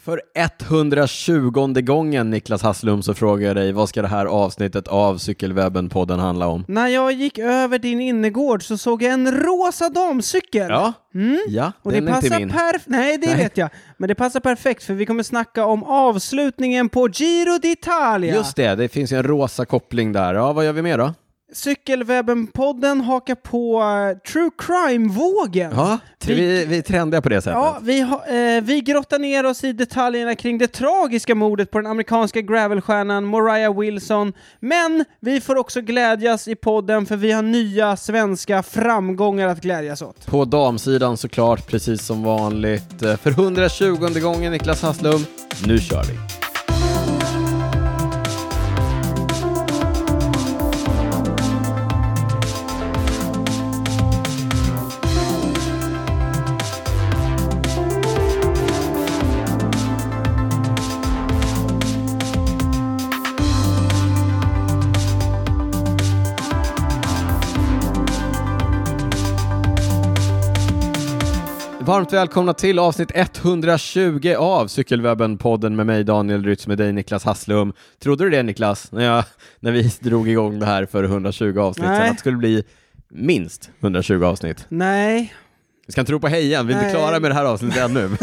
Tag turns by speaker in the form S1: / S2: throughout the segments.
S1: För 120 gången Niklas Hasslum så frågar jag dig vad ska det här avsnittet av Cykelwebben-podden handla om?
S2: När jag gick över din innergård så såg jag en rosa damcykel.
S1: Ja,
S2: Mm.
S1: ja
S2: Och det
S1: den är inte
S2: passar
S1: min.
S2: perf- Nej, det
S1: Nej.
S2: vet jag. Men det passar perfekt för vi kommer snacka om avslutningen på Giro d'Italia.
S1: Just det, det finns ju en rosa koppling där. Ja, vad gör vi mer då?
S2: Cykelwebben-podden hakar på eh, true crime-vågen.
S1: Ja, vi, vi, vi är trendiga på det sättet.
S2: Ja, vi, har- eh, vi grottar ner oss i detaljerna kring det tragiska mordet på den amerikanska gravelstjärnan Moriah Wilson. Men vi får också glädjas i podden för vi har nya svenska framgångar att glädjas åt.
S1: På damsidan såklart, precis som vanligt. Eh, För 120 gången Niklas Hasslum, nu kör vi! Varmt välkomna till avsnitt 120 av Cykelwebben-podden med mig Daniel Rytz, med dig Niklas Hasslum. Trodde du det Niklas, när, jag, när vi drog igång det här för 120 avsnitt
S2: Nej.
S1: sedan, att det skulle bli minst 120 avsnitt?
S2: Nej,
S1: Vi ska inte tro på hejan, vi är inte
S2: Nej.
S1: klara med det här avsnittet ännu. Men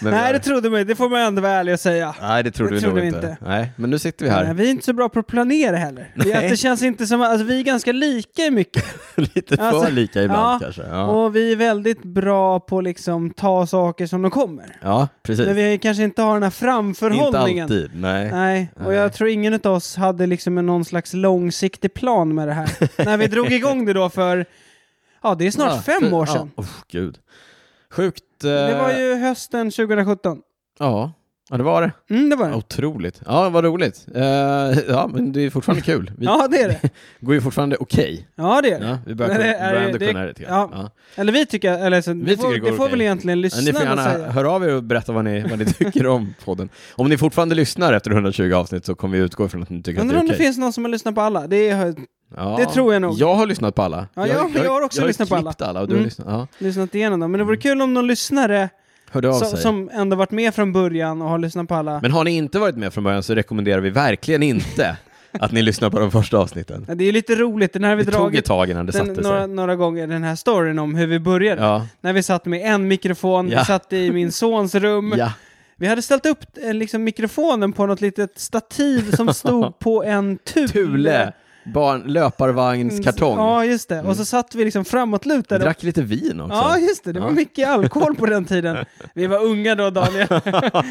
S1: vi
S2: nej
S1: är-
S2: det trodde man inte. Det får man ändå vara ärlig och säga.
S1: Nej, det trodde
S2: det
S1: vi
S2: trodde
S1: nog
S2: vi
S1: inte.
S2: inte.
S1: Nej, men nu sitter vi
S2: Nej,
S1: här.
S2: vi är inte så bra på att planera heller. Vi,
S1: Nej.
S2: att det känns inte som, alltså, vi är ganska lika i mycket
S1: Lite för
S2: Alltså,
S1: lika ibland
S2: ja.
S1: kanske. Ja.
S2: och vi är väldigt bra på att liksom ta saker som de kommer.
S1: ja, precis.
S2: Men vi kanske inte har den här
S1: Inte
S2: framförhållningen.
S1: alltid, nej.
S2: Nej, och
S1: Nej.
S2: jag tror ingen av oss hade liksom en någon slags långsiktig plan med det här. När vi drog igång det då för, ja det är snart
S1: Ja,
S2: fem
S1: för-
S2: år sedan.
S1: Ja, usch, gud. Sjukt. eh,
S2: Det var ju hösten 2017.
S1: Ja. ja, det var det.
S2: Mm, det var
S1: Ja,
S2: det.
S1: Otroligt. Ja, vad roligt. Eh, ja, men det är fortfarande kul. Vi
S2: Ja, det är det.
S1: går ju fortfarande okej.
S2: Ja, det är det.
S1: Ja, vi börjar,
S2: Men det
S1: det
S2: är-
S1: börjar ändå
S2: det-
S1: kunna det lite grann.
S2: ja.
S1: Ja.
S2: Eller vi tycker, eller så, det,
S1: tycker
S2: får,
S1: det går
S2: det får
S1: okej.
S2: väl egentligen
S1: Men Ni får
S2: lyssnarna
S1: gärna
S2: säga.
S1: höra av er och berätta vad ni, vad ni tycker om podden. Om ni fortfarande lyssnar efter 120 avsnitt så kommer vi utgå ifrån att ni tycker
S2: Undrar
S1: att
S2: om
S1: det är
S2: det
S1: okej.
S2: finns någon som har lyssnat på alla. Det är,
S1: Ja,
S2: det tror jag nog.
S1: Jag har lyssnat på alla.
S2: Ja, jag- jag har också lyssnat på alla.
S1: klippt alla och du har
S2: Mm.
S1: lyssnat. Ja.
S2: lyssnat igenom dem. Men det vore kul om någon lyssnare
S1: Hörde av
S2: som,
S1: sig.
S2: som ändå varit med från början och har lyssnat på alla.
S1: Men har ni inte varit med från början så rekommenderar vi verkligen inte att ni lyssnar på de första avsnitten.
S2: Ja, Det är lite roligt, den här har vi
S1: Det tog ett
S2: dragit
S1: tag innan det
S2: den,
S1: satte sig.
S2: några, några gånger, den här storyn om hur vi började.
S1: Ja,
S2: När vi satt med en mikrofon,
S1: Ja.
S2: vi satt i min sons rum.
S1: ja.
S2: Vi hade ställt upp eh, liksom, mikrofonen på något litet stativ som stod på en tule.
S1: Tule,
S2: Mm,
S1: barn, löparvagnskartong.
S2: Ja, just det. Och så satt vi liksom
S1: Mm. Vi
S2: framåtlutade.
S1: drack lite vin också.
S2: Ja, just det. Det
S1: Ja.
S2: var mycket alkohol på den tiden. Vi var unga då, Daniel.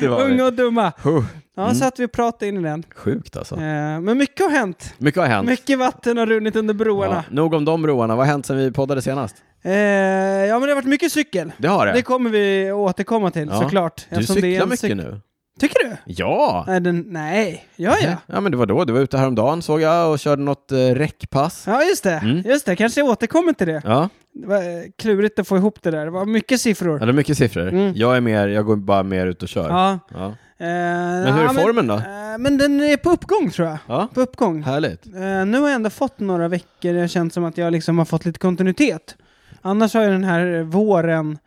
S1: det var
S2: unga
S1: vi.
S2: och dumma.
S1: Huh, Mm.
S2: Ja, satt vi och pratade in i den.
S1: Sjukt alltså.
S2: Eh, Men mycket har hänt.
S1: Mycket har hänt.
S2: Mycket vatten har runnit under
S1: Ja,
S2: broarna.
S1: nog om de broarna. Vad har hänt sen vi poddade senast?
S2: Eh, Ja, men det har varit mycket cykel.
S1: Det har det.
S2: Det kommer vi återkomma till
S1: Ja.
S2: såklart.
S1: du
S2: eftersom
S1: cyklar
S2: det är en
S1: mycket
S2: cyk-
S1: nu.
S2: Tycker du?
S1: Ja!
S2: Nej, den, nej. Ja, ja.
S1: Ja men det var då. Du var ute häromdagen såg jag och körde något eh, räckpass.
S2: Ja, just det.
S1: Mm.
S2: Just det. Kanske jag återkommer till det.
S1: Ja.
S2: Det var eh, klurigt att få ihop det där. Det var mycket siffror.
S1: ja, det är mycket siffror.
S2: Mm.
S1: Jag är mer, jag går bara mer ut och kör.
S2: Ja.
S1: Ja.
S2: Eh,
S1: Men hur är
S2: ja,
S1: formen då?
S2: eh, men den är på uppgång tror jag.
S1: Ja,
S2: På uppgång.
S1: härligt.
S2: Eh, nu har jag ändå fått några veckor jag har känt som att jag liksom har fått lite kontinuitet. Annars har ju den här våren,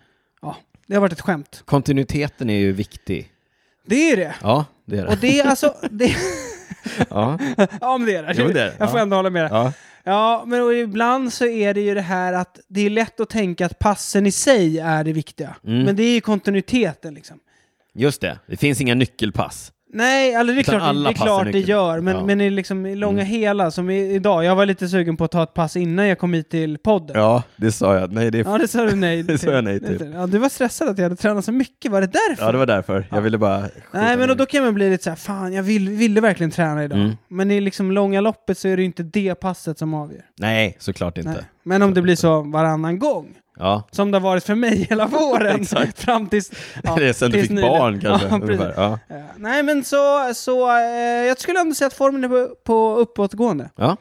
S2: ja, det har varit ett skämt.
S1: Kontinuiteten är ju viktig.
S2: Det är det.
S1: Ja, det är
S2: Och
S1: det.
S2: det är alltså, det,
S1: Ja.
S2: ja men det är det.
S1: Jo, det är det.
S2: Jag får
S1: Ja.
S2: ändå hålla med dig.
S1: Ja.
S2: Ja, men och ibland så är det ju det här att det är lätt att tänka att passen i sig är det viktiga.
S1: Mm.
S2: Men det är ju kontinuiteten liksom.
S1: Just det, det finns inga nyckelpass.
S2: Nej, alltså det är
S1: Utan
S2: klart,
S1: alla
S2: det, är
S1: pass är
S2: klart det
S1: nyckeln.
S2: gör, men,
S1: Ja. Mm.
S2: men det är liksom i långa hela, som i, idag. Jag var lite sugen på att ta ett pass innan jag kom hit till podden. Ja,
S1: Ja, det sa jag. Nej, det är
S2: det sa du nej
S1: Det sa jag nej till.
S2: Ja, du var stressad att jag hade tränat så mycket, var det därför?
S1: Ja, det var därför. Jag ville bara...
S2: Nej, men och då kan man bli lite så här, fan jag vill, ville verkligen träna idag.
S1: Mm.
S2: Men i liksom långa loppet så är det ju inte det passet som avgör.
S1: Nej, såklart inte.
S2: Nej. Men om det blir så varannan gång,
S1: Ja.
S2: som det har varit för mig hela våren, fram tills... ja,
S1: det är sen du
S2: tills
S1: fick
S2: nyligen.
S1: barn kanske.
S2: Ja, precis.
S1: ungefär. ja.
S2: Eh, Nej, men så, så eh, jag skulle ändå säga att formen är på, på uppåtgående.
S1: ja.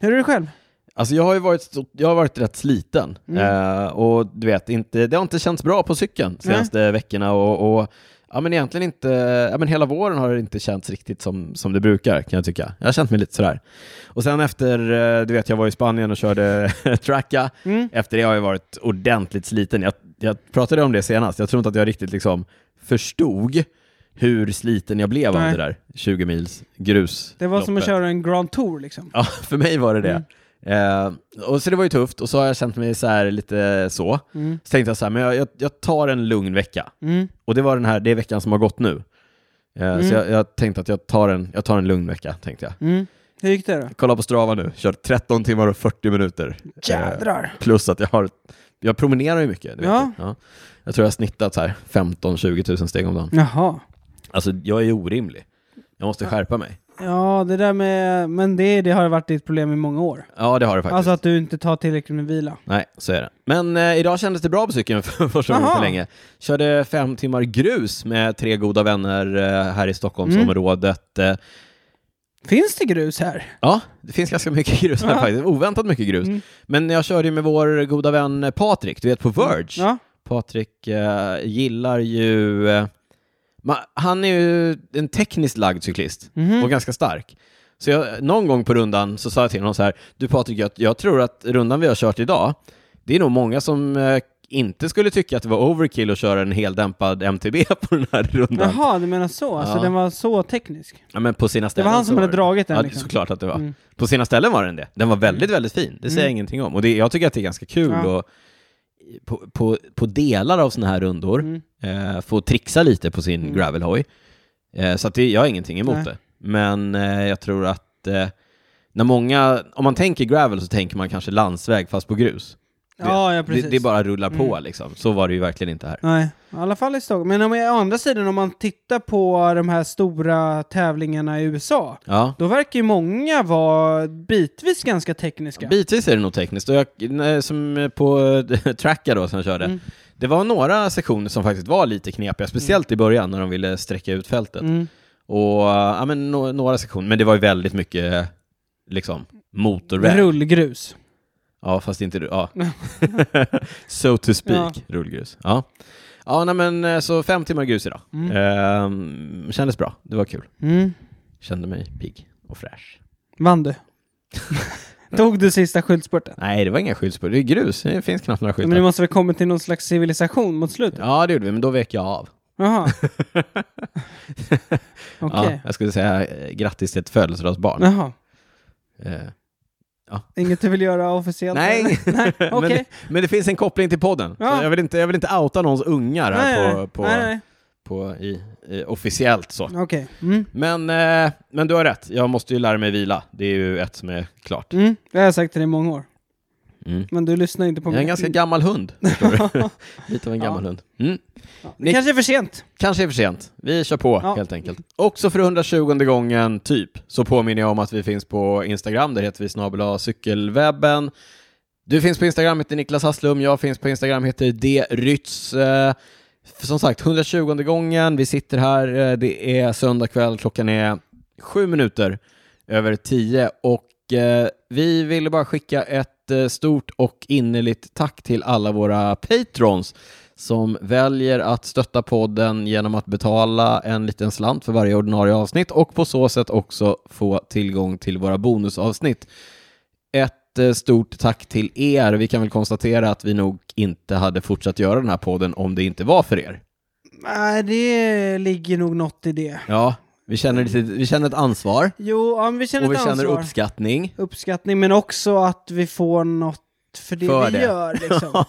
S2: Hur är det själv?
S1: Alltså jag har ju varit, stort- jag har varit rätt sliten
S2: Mm.
S1: eh, och du vet, inte, det har inte känts bra på cykeln senaste veckorna och, och ja, men egentligen inte, ja, men hela våren har det inte känts riktigt som, som det brukar kan jag tycka. Jag har känt mig lite sådär. Och sen efter, eh, du vet jag var i Spanien och körde tracka,
S2: Mm.
S1: efter det har jag varit ordentligt sliten. Jag, jag pratade om det senast, jag tror inte att jag riktigt liksom förstod hur sliten jag blev
S2: Nej.
S1: av det där 20 mils grus.
S2: Det var som att köra en Grand Tour liksom.
S1: Ja, för mig var det det.
S2: Mm.
S1: Eh, och så det var ju tufft och så har jag känt mig så här lite så.
S2: Mm.
S1: Så tänkte jag så här, men jag, jag, jag tar en lugn vecka.
S2: Mm.
S1: Och det var den här, det är veckan som har gått nu. Eh,
S2: Mm.
S1: Så jag, jag tänkte att jag tar, en, jag tar en lugn vecka, tänkte jag.
S2: Mm. Hur gick det då?
S1: Kolla på Strava nu, kört 13 timmar och 40 minuter. Eh,
S2: Jädrar!
S1: plus att jag har, jag promenerar ju mycket. Du
S2: Ja.
S1: Vet du. ja. Jag tror jag har snittat så här 15-20 000 steg om dagen.
S2: Jaha.
S1: Alltså jag är ju orimlig. Jag måste skärpa mig.
S2: Ja, det där med... Men det, det har varit ditt problem i många år.
S1: Ja, det har det faktiskt.
S2: Alltså att du inte tar tillräckligt med vila.
S1: Nej, så är det. Men eh, idag kändes det bra på cykeln för första gången
S2: Aha.
S1: på länge. Körde fem timmar grus med tre goda vänner eh, här i Stockholmsområdet.
S2: Mm.
S1: Eh,
S2: Finns det grus här?
S1: ja, det finns ganska mycket grus här
S2: Ja.
S1: faktiskt. Oväntat mycket grus.
S2: Mm.
S1: Men jag körde ju med vår goda vän eh, Patrik, du vet på Verge.
S2: Ja.
S1: Patrik eh, gillar ju... Eh, ma- han är ju en tekniskt lagd cyklist
S2: Mhm.
S1: och ganska stark. Så jag, någon gång på rundan så sa jag till honom så här, du Patrik, jag, jag tror att rundan vi har kört idag, det är nog många som eh, inte skulle tycka att det var overkill att köra en heldämpad MTB på den här rundan.
S2: Jaha, du menar så? Alltså
S1: Ja.
S2: den var så teknisk?
S1: Ja, men på sina
S2: Det
S1: ställen
S2: var han som
S1: så
S2: hade
S1: det-
S2: dragit den
S1: Ja,
S2: liksom?
S1: såklart att det var.
S2: Mm.
S1: På sina ställen var den det. Den var väldigt, väldigt fin. Det säger jag
S2: Mm.
S1: ingenting om. Och det, jag tycker att det är ganska kul
S2: Ja.
S1: att på, på, på delar av sådana här rundor
S2: Mm.
S1: eh, få trixa lite på sin
S2: Mm.
S1: gravelhoj. Eh, så att det, jag har ingenting emot
S2: Nej.
S1: det. Men eh, jag tror att eh, när många, om man tänker gravel så tänker man kanske landsväg fast på grus. Det-
S2: Ja,
S1: Det,
S2: ja precis.
S1: det bara rullar på
S2: Mm.
S1: liksom. Så var det ju verkligen inte här.
S2: Nej, i alla fall i Stockholm. Men om, å andra sidan, om man tittar på de här stora tävlingarna i USA,
S1: Ja.
S2: då verkar ju många vara bitvis ganska tekniska.
S1: Bitvis är det nog tekniskt. Och jag, när- som eh, på Tracka då, som jag körde,
S2: Mm.
S1: det var några sektioner som faktiskt var lite knepiga, speciellt i början när de ville sträcka ut fältet.
S2: Mm.
S1: Och ja, men, no- några sektioner, men det var ju väldigt mycket liksom, motorväg.
S2: Rullgrus.
S1: Ja, fast inte du. Ja. so to speak, rullgrus. Ja. Ja, nej, men eh, så fem timmar grus idag.
S2: Mm.
S1: Ehm, kändes bra, det var kul.
S2: Mm.
S1: Kände mig pigg och fräsch.
S2: Vann du? Tog du sista skyltspurten?
S1: Nej, det var inga skyltspår, det är grus, det finns knappt några
S2: Men du
S1: skyltar.
S2: måste väl kommit till någon slags civilisation mot slutet?
S1: Ja, det gjorde vi, men då vek jag av.
S2: Jaha. Okej.
S1: Ja, jag skulle säga eh, grattis till ett födelsedagsbarn.
S2: Jaha.
S1: Eh,
S2: Inget du vill göra officiellt?
S1: nej,
S2: Nej, okej.
S1: men, men det finns en koppling till podden.
S2: Ja.
S1: Så jag, vill inte, jag vill inte outa någons ungar här
S2: nej,
S1: på,
S2: nej.
S1: på,
S2: nej,
S1: På, i, i, officiellt så.
S2: nej. Okej. Mm.
S1: Men, eh, men du har rätt, jag måste ju lära mig vila. Det är ju ett som är klart.
S2: Mm. Det har jag sagt till dig i många år.
S1: Mm.
S2: Men du lyssnar inte på
S1: Jag är
S2: mig. Mm.
S1: en ganska gammal hund, förstår du. Lite av en
S2: Ja.
S1: gammal hund. Mm.
S2: Ja, det
S1: Nick-
S2: kanske är för sent.
S1: Kanske är för sent. Vi kör på
S2: Ja.
S1: helt enkelt. Också för 120 gången typ så påminner jag om att vi finns på Instagram. Där heter vi snabel cykelwebben. Du finns på Instagram, heter Niklas Hasslum. Jag finns på Instagram, heter D. Rytz. Eh, Som sagt, 120 gången. Vi sitter här. eh, Det är söndag kväll. Klockan är sju minuter över tio och eh, vi ville bara skicka ett eh, stort och innerligt tack till alla våra patrons som väljer att stötta podden genom att betala en liten slant för varje ordinarie avsnitt och på så sätt också få tillgång till våra bonusavsnitt. Ett eh, stort tack till er. Vi kan väl konstatera att vi nog inte hade fortsatt göra den här podden om det inte var för er.
S2: Nej, det ligger nog något i det.
S1: Ja, vi känner, lite, vi känner ett ansvar
S2: Jo, ja, men vi känner
S1: och vi
S2: ett
S1: känner
S2: ansvar.
S1: uppskattning.
S2: Uppskattning, men också att vi får något för det
S1: För
S2: vi
S1: det.
S2: gör. Liksom.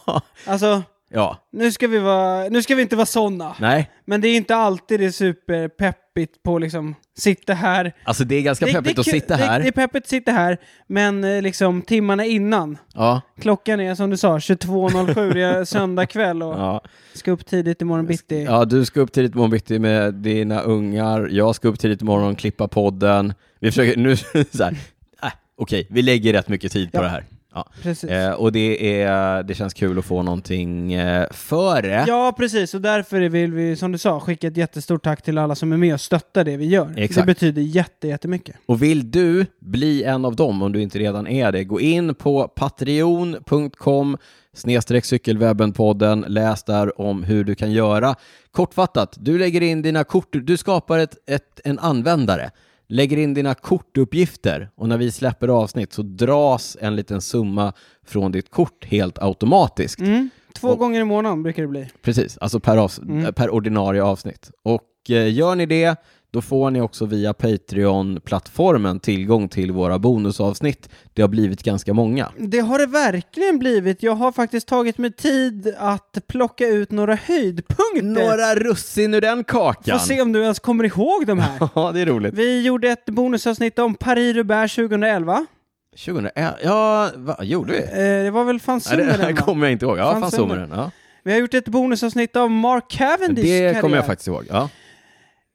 S2: alltså,
S1: ja,
S2: nu ska, vi vara, nu ska vi inte vara sådana.
S1: nej.
S2: Men det är inte alltid det är superpeppigt på liksom, sitta här.
S1: Alltså det är ganska
S2: Det- det är
S1: peppigt att
S2: kul-
S1: sitta här.
S2: Det, det är peppigt att sitta här, men eh, liksom timmarna innan.
S1: ja,
S2: Klockan är som du sa 22.07, det är söndag kväll och
S1: ja.
S2: ska upp tidigt imorgon bitti.
S1: ja, du ska upp tidigt imorgon bitti med dina ungar. Jag ska upp tidigt imorgon, klippa podden. Vi försöker nu så här. Äh, Okej, vi lägger rätt mycket tid på
S2: Ja.
S1: det här. Ja.
S2: Precis.
S1: Eh, och det, är, det känns kul att få någonting eh, före.
S2: Ja, precis. Och därför vill vi, som du sa, skicka ett jättestort tack till alla som är med och stöttar det vi gör.
S1: Exakt.
S2: Det betyder jätte, jättemycket.
S1: Och vill du bli en av dem, om du inte redan är det, gå in på patreon.com snedstreck cykelwebbenpodden. Läs där om hur du kan göra. Kortfattat, du lägger in dina kort, du skapar ett, ett, en användare, lägger in dina kortuppgifter och när vi släpper avsnitt så dras en liten summa från ditt kort helt automatiskt.
S2: Mm. Två
S1: Och-
S2: gånger i månaden brukar det bli.
S1: Precis, alltså per, avs-
S2: Mm.
S1: per ordinarie avsnitt. Och Och eh, gör ni det, då får ni också via Patreon-plattformen tillgång till våra bonusavsnitt. Det har blivit ganska många.
S2: Det har det verkligen blivit. Jag har faktiskt tagit mig tid att plocka ut några höjdpunkter.
S1: Några russin ur den
S2: Får
S1: kakan!
S2: se om du ens kommer ihåg de här.
S1: Ja, det är roligt.
S2: Vi gjorde ett bonusavsnitt om Paris-Roubaix 2011.
S1: 2011, eh, ja, vad gjorde vi?
S2: Eh, det var väl
S1: Nej, det här
S2: Fanzumeren va?
S1: kommer jag inte ihåg. Ja,
S2: Fann
S1: fan
S2: Summeren.
S1: Summeren. Ja.
S2: Vi har gjort ett bonusavsnitt av Mark Cavendishs
S1: Det kommer jag
S2: karriär.
S1: faktiskt ihåg. Ja.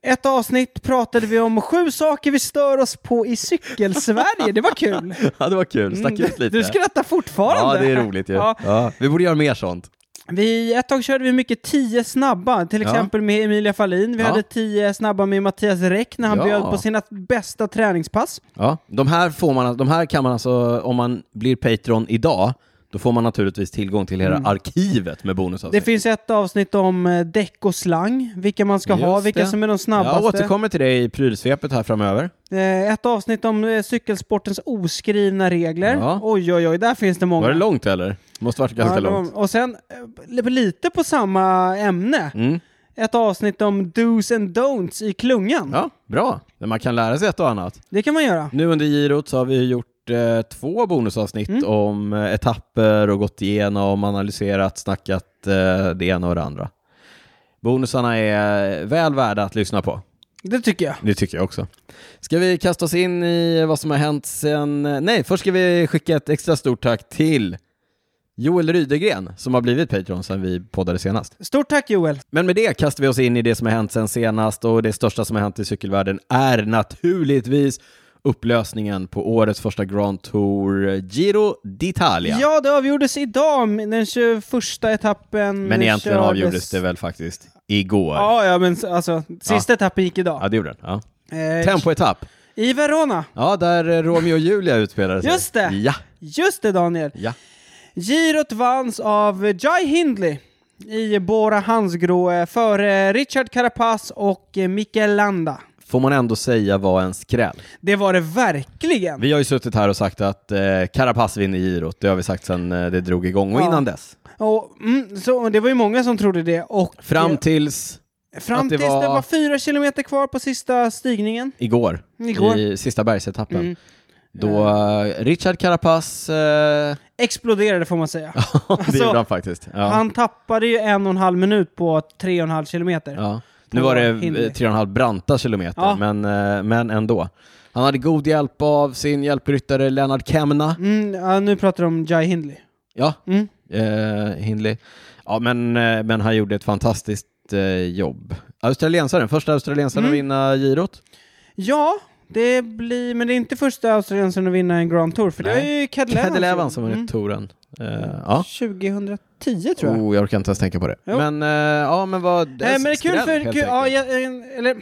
S2: Ett avsnitt pratade vi om sju saker vi stör oss på i cykelsverige. Det var kul. Mm.
S1: ja, det var kul. Stack ut lite.
S2: Du skrattar fortfarande.
S1: ja, det är roligt ju.
S2: Ja.
S1: Ja. Vi borde göra mer sånt.
S2: Vi, ett tag körde vi mycket tio snabba, till
S1: Ja.
S2: exempel med Emilia Fahlin. Vi
S1: Ja.
S2: hade tio snabba med Mattias Räck när han
S1: Ja.
S2: bjöd på sina bästa träningspass.
S1: Ja. De, här får man, de här kan man alltså, om man blir Patreon idag, då får man naturligtvis tillgång till hela arkivet med
S2: Mm. Det
S1: bonusavsnitt.
S2: finns ett avsnitt om eh, däck och slang, vilka man ska ha,
S1: Just
S2: vilka
S1: det.
S2: som är de
S1: Jag
S2: snabbaste.
S1: återkommer till det i prylsvepet här framöver.
S2: Eh, ett avsnitt om eh, cykelsportens oskrivna regler.
S1: Ja.
S2: Oj, oj, oj, där finns det många.
S1: Var det långt eller? Måste varit ganska
S2: Ja, de-
S1: långt.
S2: Och sen eh, lite på samma ämne.
S1: Mm.
S2: Ett avsnitt om dos and don'ts i klungan.
S1: Ja, bra. Men man kan lära sig ett och annat.
S2: Det kan man göra.
S1: Nu under girot så har vi gjort eh, två bonusavsnitt
S2: Mm.
S1: om eh, etapper och gått igenom, analyserat, snackat eh, det ena och det andra. Bonusarna är väl värda att lyssna på.
S2: Det tycker jag.
S1: Det tycker jag också. Ska vi kasta oss in i vad som har hänt sen... Nej, först ska vi skicka ett extra stort tack till Joel Rydegren som har blivit Patreon sedan vi poddade senast.
S2: Stort tack Joel.
S1: Men med det kastar vi oss in i det som har hänt sen senast och det största som har hänt i cykelvärlden är naturligtvis upplösningen på årets första Grand Tour Giro d'Italia.
S2: Ja, det avgjordes idag, den 21 etappen.
S1: Men egentligen
S2: kördes-
S1: avgjordes det väl faktiskt igår. Ja,
S2: Ja, ja, men s- alltså, sista etappen gick idag.
S1: det gjorde den. Ja.
S2: Eh,
S1: Tempoetapp.
S2: I Verona.
S1: Ja, där eh, Romeo och Julia utspelade sig.
S2: Just det.
S1: Ja,
S2: Just det Daniel.
S1: ja.
S2: Girot vanns av Jai Hindley i Bora Hansgrohe före Richard Carapaz och eh, Mikel Landa.
S1: Får man ändå säga var en skräll.
S2: Det var det verkligen.
S1: Vi har ju suttit här och sagt att eh, Carapaz vinner girot. Det har vi sagt sedan eh, det drog igång och
S2: Ja.
S1: innan dess.
S2: Och, mm, så, det var ju många som trodde det. Och
S1: Fram tills
S2: fram
S1: att det
S2: tills det
S1: var-
S2: var fyra kilometer kvar på sista stigningen.
S1: igår,
S2: Igår.
S1: i sista bergsetappen.
S2: Mm.
S1: Då eh, Richard Carapaz, eh, ja,
S2: Exploderade får man säga.
S1: det
S2: Alltså,
S1: gjorde han faktiskt. Ja.
S2: Han tappade ju en och en halv minut på tre och en halv kilometer.
S1: ja. Nu var det
S2: Hindley.
S1: eh, tre och en halv branta kilometer,
S2: Ja.
S1: men, eh, men ändå. Han hade god hjälp av sin hjälpryttare Lennart Kemna.
S2: Mm, ja, nu pratar de om Jai Hindley.
S1: Ja,
S2: Mm.
S1: eh, Hindley. Ja, men, eh, men han gjorde ett fantastiskt eh, jobb. Australiensaren, första australiensaren
S2: Mm.
S1: att vinna girot.
S2: Ja, det blir, men det är inte första australiensaren att vinna en Grand Tour, för det
S1: Nej.
S2: är ju Cadel Evans
S1: Cadel
S2: ju.
S1: Evans som vunnit
S2: Mm.
S1: touren. Eh, ja.
S2: 2010 tror jag.
S1: Oh, jag orkar inte ens tänka på det.
S2: Jo.
S1: Men, eh, ja, men vad...
S2: Nej, men det är kul
S1: skräll,
S2: för...
S1: helt
S2: Kul, ja,
S1: enkelt.
S2: ja, en- eller,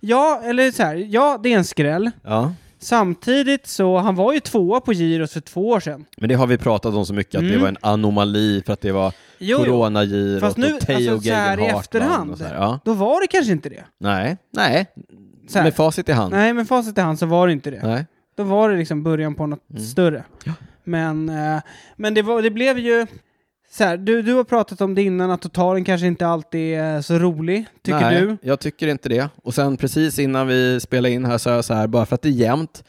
S2: ja, eller så här. Ja, det är en skräll.
S1: ja.
S2: Samtidigt så, han var ju tvåa på Giros för två år sedan.
S1: Men det har vi pratat om så mycket, att det
S2: Mm.
S1: var en anomali för att det var
S2: Jo, jo.
S1: coronagirot
S2: Fast nu,
S1: och Teo
S2: alltså, så här i
S1: Geigenhardt
S2: efterhand.
S1: och så här. Ja.
S2: Då var det kanske inte det.
S1: Nej, nej.
S2: Så här.
S1: Med facit i hand. Nej.
S2: Nej, men facit i hand så var det inte det. Då var det liksom början på något större.
S1: Mm. Ja.
S2: Men, eh, men det, var, det blev ju... Så här, du, du har pratat om det innan, att totalen kanske inte alltid är så rolig, tycker
S1: nej,
S2: du?
S1: jag tycker inte det. Och sen precis innan vi spelade in här sa jag så här, bara för att det är jämnt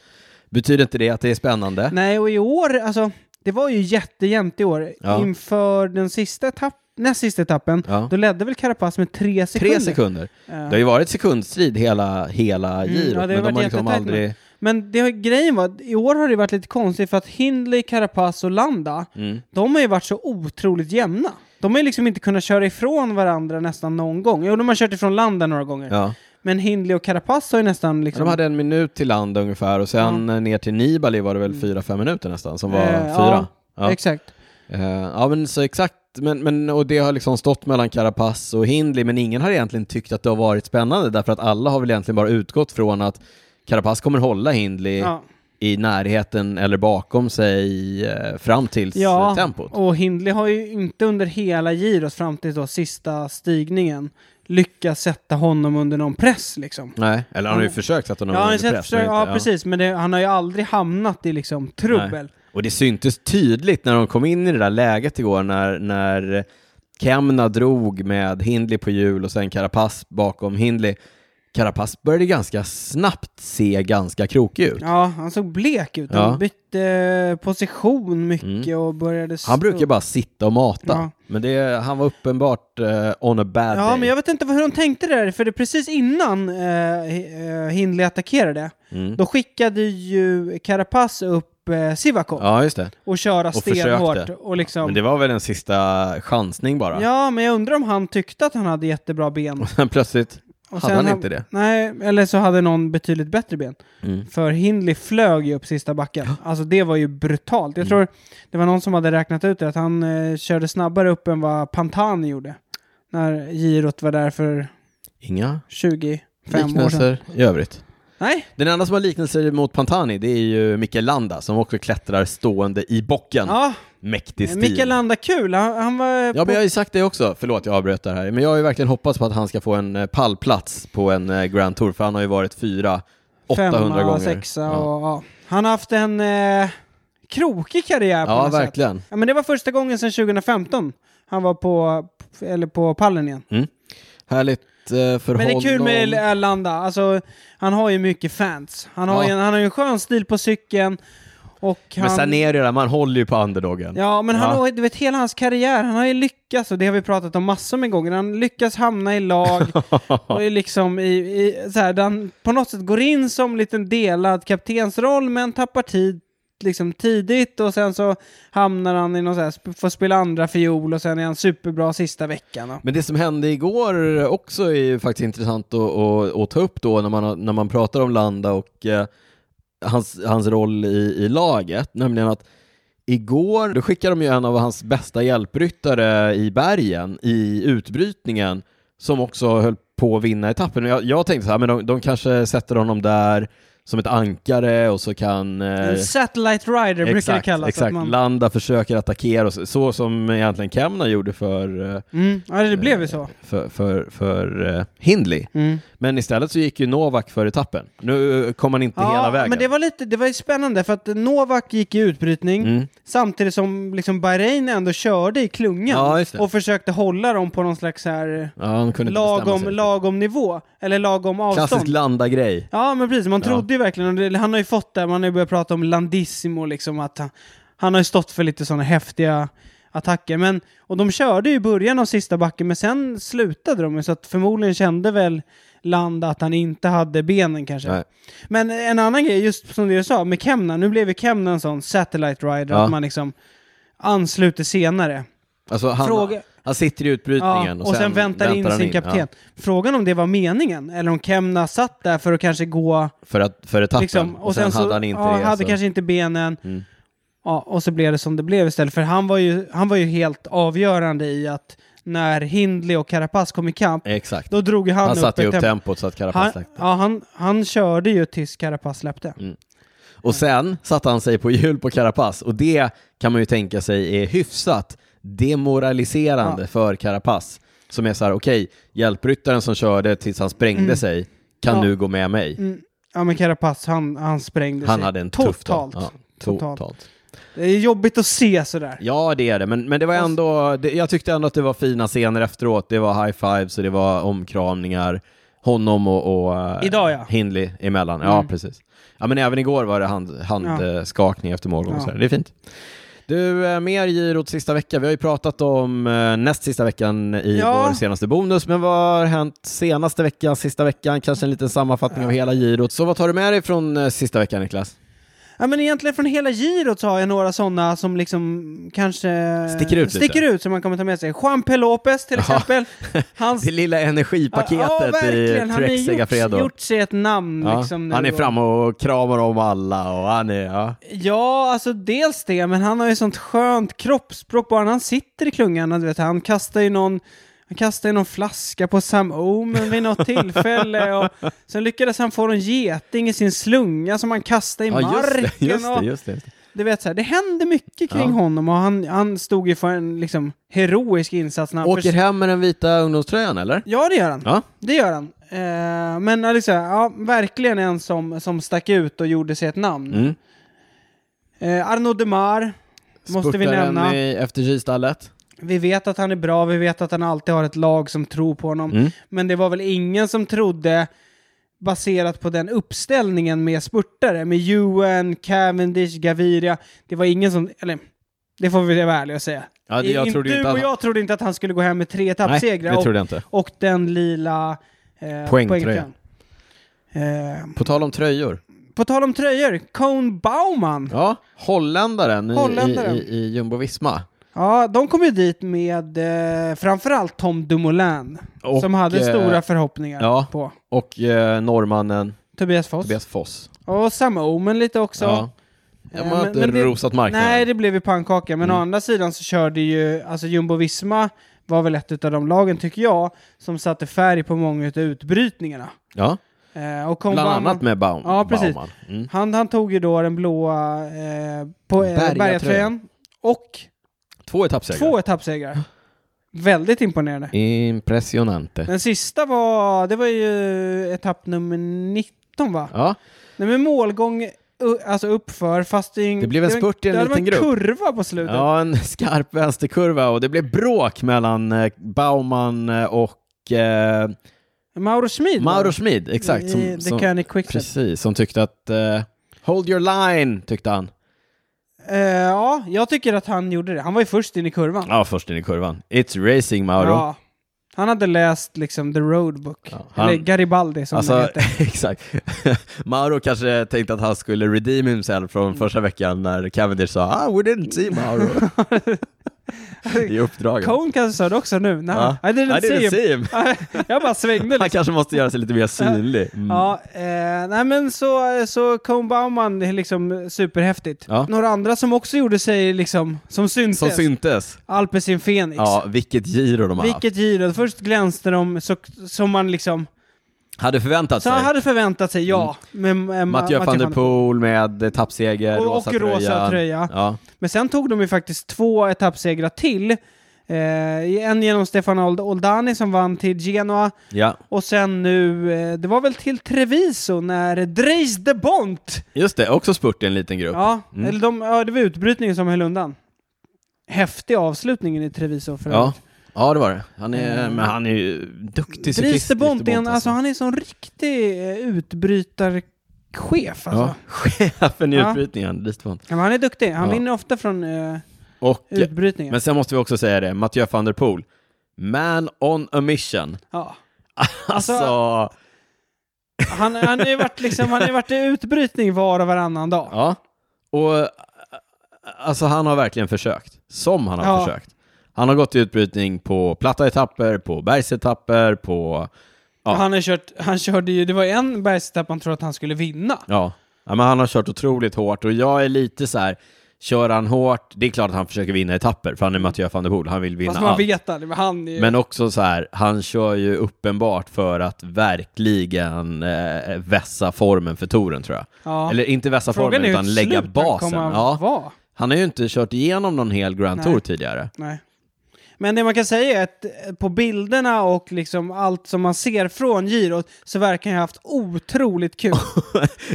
S1: betyder inte det att det är spännande.
S2: Nej, och i år, alltså, det var ju jättejämnt i år.
S1: Ja.
S2: Inför den sista etapp, näst sista etappen,
S1: Ja.
S2: då ledde väl Carapaz med tre sekunder.
S1: Tre sekunder.
S2: Eh,
S1: Det har ju varit sekundstrid hela, hela
S2: Mm,
S1: girot,
S2: ja, det har
S1: men de
S2: varit
S1: har liksom
S2: jättetajt nu.
S1: aldrig...
S2: Men det, grejen var, att i år har det varit lite konstigt för att Hindley, Carapaz och Landa,
S1: Mm.
S2: de har ju varit så otroligt jämna. De har ju liksom inte kunnat köra ifrån varandra nästan någon gång. Jo, de har kört ifrån Landa några gånger.
S1: Ja.
S2: Men Hindley och Carapaz har ju nästan liksom...
S1: De hade en minut till land ungefär och sen eh, ner till Nibali var det väl fyra, fem minuter nästan, som var
S2: Mm. Eh,
S1: fyra.
S2: ja,
S1: Ja.
S2: Exakt.
S1: Eh, ja men så exakt, men, men, och det har liksom stått mellan Carapaz och Hindley men ingen har egentligen tyckt att det har varit spännande därför att alla har väl egentligen bara utgått från att Carapaz kommer hålla Hindley
S2: Ja.
S1: i närheten eller bakom sig eh, fram tills
S2: Ja,
S1: eh, tempot.
S2: och Hindley har ju inte under hela Giros fram till då sista stigningen lyckats sätta honom under någon press liksom.
S1: Nej, eller han har ju
S2: Ja.
S1: försökt sätta honom
S2: ja, han har
S1: under
S2: sett-
S1: press. men
S2: försökt- ja,
S1: inte-
S2: precis, men det, han har ju aldrig hamnat i liksom trubbel.
S1: Och det syntes tydligt när de kom in i det där läget igår när, när Kemna drog med Hindley på hjul och sen Carapaz bakom Hindley. Carapaz började ganska snabbt se ganska krokig ut.
S2: Ja, han såg blek ut. Han
S1: Ja. Mm.
S2: bytte eh, position mycket och började stå.
S1: Han brukar bara sitta och mata.
S2: Ja.
S1: Men det, han var uppenbart eh, on a bad
S2: Ja,
S1: day.
S2: men jag vet inte hur de tänkte där, för det precis innan eh, eh, Hindley attackerade,
S1: Mm.
S2: då skickade ju Carapaz upp eh, Sivakov
S1: Ja, just det.
S2: och köra
S1: försökte.
S2: stenhårt. Och liksom,
S1: Men det var väl en sista chansning bara.
S2: Ja, men jag undrar om han tyckte att han hade jättebra ben.
S1: Men Plötsligt
S2: Och
S1: hade
S2: sen
S1: han inte det.
S2: Nej, eller så hade någon betydligt bättre ben.
S1: Mm.
S2: För Hindley flög ju upp sista backen. Alltså det var ju brutalt.
S1: Mm.
S2: Jag tror det var någon som hade räknat ut det, att han eh, körde snabbare upp än vad Pantani gjorde. När girot var där för
S1: Inga
S2: 25 år sedan.
S1: liknelser i övrigt.
S2: Nej,
S1: Den enda som har liknelser mot Pantani, det är ju Mikael Landa som också klättrar stående i bocken.
S2: ja.
S1: Mäktig stil.
S2: Mikael Landa kul. Han, han var...
S1: Ja,
S2: på-
S1: men jag har ju sagt det också. Förlåt, jag avbröt det här. Men jag har ju verkligen hoppats på att han ska få en eh, pallplats på en eh, Grand Tour, för han har ju varit fyra, 800
S2: femma,
S1: gånger.
S2: sexa och
S1: ja.
S2: ja. Han har haft en eh, krokig karriär på
S1: ja,
S2: något sätt.
S1: verkligen.
S2: Ja, men det var första gången sedan 2015 han var på, eller på pallen igen.
S1: Mm. Härligt eh, för
S2: Men det är
S1: honom.
S2: kul med Erlanda. Alltså, han har ju mycket fans. Han har,
S1: Ja.
S2: ju, en, han har ju en skön stil på cykeln. Och han,
S1: Men sen är det ju det där, man håller ju på underdogen.
S2: Ja, men han
S1: Ja.
S2: har, du vet, hela hans karriär, han har ju lyckats, och det har vi pratat om massor med gånger, han lyckas hamna i lag och är liksom i, i så här, där han på något sätt går in som liten delad kaptensroll, men tappar tid liksom tidigt och sen så hamnar han i någon så här, sp- får spela andra fiol och sen är han superbra sista veckan. Och.
S1: Men det som hände igår också är ju faktiskt intressant att, att, att ta upp då när man, har- när man pratar om Landa och eh, hans, hans roll i, i laget, nämligen att igår, då skickade de ju en av hans bästa hjälpryttare i bergen i utbrytningen som också höll på att vinna etappen. Och Jag, jag tänkte så här, men de, de kanske sätter honom där som ett ankare och så kan... eh,
S2: En satellite rider brukar det
S1: exakt,
S2: kallas. att
S1: exakt.
S2: man-
S1: Landa försöker attackera, och så, så som egentligen Kemna gjorde för eh,
S2: Mm, ja, det blev ju så.
S1: för, för, för eh, Hindley.
S2: Mm.
S1: Men istället så gick ju Novak för etappen. Nu eh, kom han inte hela vägen.
S2: men det var lite, det var ju spännande för att Novak gick i utbrytning
S1: Mm.
S2: samtidigt som liksom Bahrain ändå körde i klungan
S1: Ja, just det.
S2: och försökte hålla dem på någon slags så här
S1: Ja, han kunde inte bestämma
S2: lagom,
S1: sig.
S2: lagom nivå, eller lagom avstånd.
S1: Klassisk Landa-grej.
S2: Ja, men precis. Man
S1: Ja.
S2: trodde ju verkligen, och det- han har ju fått det, man har ju börjat prata om Landissimo liksom, att han, han har ju stått för lite sådana häftiga attacker. Men, och de körde ju i början av sista backen, men sen slutade de ju, så att förmodligen kände väl Land att han inte hade benen kanske.
S1: Nej.
S2: Men en annan grej, just som du sa, med Kemna, nu blev ju Kemna en sån satellite rider,
S1: Ja.
S2: att man liksom ansluter senare.
S1: Alltså, han,
S2: Fråga-
S1: han sitter i
S2: Ja,
S1: utbrytningen
S2: och, sen, väntar in
S1: han
S2: sin kapten. Frågan om det var meningen, eller om Kemna satt där för att kanske gå
S1: Ja, för, att, för etappen.
S2: Liksom,
S1: och, sen,
S2: så-
S1: hade han inte
S2: ja,
S1: det.
S2: hade
S1: så-
S2: kanske inte benen.
S1: Mm.
S2: Ja, och så blev det som det blev istället. För han var ju, han var ju helt avgörande i att när Hindley och Carapaz kom i kamp,
S1: Exakt.
S2: då drog ju han,
S1: Han, satte ju
S2: ett
S1: upp
S2: tempo.
S1: tempot så att Carapaz
S2: Han,
S1: släppte.
S2: ja, han, han körde ju tills Carapaz släppte.
S1: Mm. Och sen satte han sig på hjul på Carapaz och det kan man ju tänka sig är hyfsat demoraliserande
S2: Ja.
S1: för Carapaz. Som är så här, okej, hjälpryttaren som körde tills han sprängde
S2: Mm.
S1: sig kan
S2: Ja.
S1: nu gå med mig.
S2: Mm. Ja, men Carapaz, han, han sprängde
S1: Han
S2: sig.
S1: hade en tuff dag.
S2: totalt.
S1: Ja,
S2: totalt.
S1: totalt.
S2: Det är jobbigt att se sådär.
S1: Ja, det är det, men, men det var
S2: Och-
S1: ändå, det, jag tyckte ändå att det var fina scener efteråt. Det var high fives och det var omkramningar, honom och, och eh,
S2: Idag, ja.
S1: Hindley emellan. Ja,
S2: Mm.
S1: precis. Ja, men även igår var det hand, handskakning efter målgång. och
S2: Ja.
S1: sådär. Det är fint. Du, eh, mer girot sista veckan. Vi har ju pratat om eh, näst sista veckan i
S2: Ja.
S1: vår senaste bonus, men vad har hänt senaste veckan, sista veckan, kanske en liten sammanfattning av hela girot. Så vad tar du med dig från eh, sista veckan, Niklas?
S2: Ja, men egentligen från hela girot så har jag några sådana som liksom kanske
S1: Sticker ut lite.
S2: sticker ut som man kommer ta med sig. Juan P. Lopez till
S1: Ja.
S2: exempel. Hans
S1: Det lilla energipaketet i
S2: Han har
S1: Trek Segafredo.
S2: gjort, gjort sig ett namn
S1: Ja,
S2: liksom nu.
S1: han är
S2: Och-
S1: framme och kramar om alla och han är, ja.
S2: Ja, alltså dels det, men han har ju sånt skönt kroppsspråk bara när han sitter i klungan. Du vet, han kastar ju någon han kastade någon flaska på Sam Omen vid något tillfälle och sen lyckades han få en geting i sin slunga som han kastade i
S1: ja
S2: marken.
S1: just, det, just,
S2: och,
S1: det, just det, just det.
S2: Du vet, så här, det hände mycket kring
S1: Ja.
S2: honom och han, han stod ju för en liksom, heroisk insats. När han
S1: Åker hem med den vita ungdomströjan eller?
S2: Ja, det gör han.
S1: Ja.
S2: Det gör han. Eh, men Alexa, ja, verkligen en som, som stack ut och gjorde sig ett namn.
S1: Mm.
S2: Eh, Arnaud Demar måste vi
S1: Spurtar den
S2: nämna.
S1: i- efter Kistallet.
S2: Vi vet att han är bra, vi vet att han alltid har ett lag som tror på honom.
S1: Mm.
S2: Men det var väl ingen som trodde baserat på den uppställningen med spurtare med Ewan, Cavendish, Gaviria. Det var ingen som, eller det får vi vara ärliga och säga.
S1: Ja, det- jag
S2: In-
S1: trodde
S2: du
S1: ju inte
S2: och
S1: att-
S2: jag trodde inte att han skulle gå hem med tre
S1: Nej,
S2: etappsegrar
S1: det
S2: och,
S1: trodde jag inte.
S2: och den lila eh,
S1: Poängtröjan.
S2: poängtröjan. Eh,
S1: På tal om tröjor.
S2: på tal om tröjor, Cone Bauman. Ja.
S1: Ja, holländaren, i-
S2: Holländaren.
S1: I, i, i Jumbo-Visma.
S2: de kom ju dit med eh, framförallt Tom Dumoulin.
S1: Och,
S2: som hade
S1: eh,
S2: stora förhoppningar
S1: ja.
S2: på.
S1: Och eh, norrmannen
S2: Tobias Foss.
S1: Tobias Foss.
S2: Och Sam Omen lite också.
S1: Ja.
S2: Eh,
S1: Ja, man har
S2: men-
S1: inte
S2: men det-
S1: rosat marknaden.
S2: Nej, det blev ju pannkaka. Men å
S1: Mm.
S2: andra sidan så körde ju, alltså Jumbo-Visma var väl ett av de lagen, tycker jag, som satte färg på många av utbrytningarna.
S1: ja.
S2: Eh, och kom
S1: Bland
S2: Bauman-
S1: annat med Baum,
S2: Ja, precis.
S1: Bauman. Mm.
S2: Han, han tog ju då den blåa eh, på, eh,
S1: Bergatröjan.
S2: bergatröjan och
S1: Två etappsegrar.
S2: två etappsegrar. Väldigt imponerande.
S1: Impressionante.
S2: Den sista var, det var ju etapp nummer 19 va?
S1: Ja,
S2: Nej men målgång, u- alltså uppför, fast det, är
S1: Det blev en
S2: var
S1: spurt i en
S2: det var
S1: liten grupp.
S2: kurva på slutet.
S1: ja, en skarp vänsterkurva och det blev bråk mellan eh, Bauman eh, och eh,
S2: Mauro Schmid va?
S1: Mauro Schmid, exakt.
S2: I
S1: Som,
S2: The
S1: som,
S2: Canny Quickstep.
S1: precis, som tyckte att eh, Hold your line, tyckte han.
S2: Eh, ja, jag tycker att han gjorde det. Han var ju först in i kurvan.
S1: Ja, först in i kurvan. It's racing, Mauro.
S2: Ja. Han hade läst liksom The Roadbook.
S1: Ja, han-
S2: Eller Garibaldi som det
S1: Alltså,
S2: heter.
S1: exakt. Mauro kanske tänkte att han skulle redeem himself från
S2: Mm.
S1: första veckan när Cavendish sa ah, we didn't see Mauro i uppdraget.
S2: Cone kanske sa det också nu. Nej,
S1: Ja.
S2: I didn't
S1: I didn't
S2: see him.
S1: see him.
S2: jag bara svängde
S1: Han
S2: liksom.
S1: kanske måste göra sig lite mer synlig. Mm.
S2: Ja, eh, nej men så, så Cone Bauman, det är liksom superhäftigt.
S1: Ja.
S2: Några andra som också gjorde sig liksom, som syntes.
S1: Som syntes.
S2: Alpecin Fenix.
S1: Ja, vilket giro de har haft.
S2: Vilket giro. Först glänste de så, som man liksom...
S1: Hade förväntat
S2: Så
S1: sig.
S2: han hade förväntat sig, ja. Men, eh, Ma-
S1: Mm. Mathieu van der Poel med etappseger,
S2: Och- och
S1: rosa
S2: rosa
S1: tröja.
S2: tröja.
S1: Ja.
S2: Men sen tog de ju faktiskt två etappsegrar till. Eh, en genom Stefano Old- Oldani som vann till Genoa
S1: ja,
S2: och sen nu, eh, det var väl till Treviso när Dreis de Bont
S1: just det. Också spurt i en liten grupp.
S2: Ja,
S1: Mm.
S2: eller de, ja, det var utbrytningen som höll undan. Häftig avslutningen i Treviso för
S1: ja. Ja, det var det. Han är,
S2: Mm.
S1: men han är ju duktig cyklist.
S2: Dries de Bont, är en-
S1: Dries
S2: alltså han är en sån riktig eh, utbrytarchef alltså.
S1: Ja, chefen i
S2: Ja.
S1: utbrytningen, Dries de Bont.
S2: Ja, men han är duktig, han
S1: Ja.
S2: vinner ofta från eh,
S1: Och,
S2: utbrytningen.
S1: men sen måste vi också säga det, Mathieu van der Poel. Man on a mission.
S2: Ja.
S1: Alltså,
S2: Han, han har ju varit, liksom, han har ju varit i utbrytning var och varannan dag.
S1: ja. Och äh, alltså han har verkligen försökt. Som han har
S2: Ja.
S1: försökt. Han har gått i utbrytning på platta etapper, på bergsetapper, på... Ja.
S2: Han, har kört, han körde ju, det var en bergstapp man trodde att han skulle vinna.
S1: Ja. ja, men han har kört otroligt hårt och jag är lite så här, kör han hårt, det är klart att han försöker vinna etapper för han är Mathieu van der Poel, han vill vinna
S2: Fast man
S1: allt.
S2: vet aldrig, men han är ju...
S1: Men också så här, han kör ju uppenbart för att verkligen eh, vässa formen för touren tror jag.
S2: ja.
S1: Eller inte vässa formen
S2: hur
S1: utan lägga
S2: slut han
S1: basen.
S2: kommer att
S1: Ja.
S2: vara.
S1: Han har ju inte kört igenom någon hel Grand
S2: Nej.
S1: Tour tidigare.
S2: Nej. Men det man kan säga är att eh, på bilderna och liksom allt som man ser från girot så verkar han ha haft otroligt kul.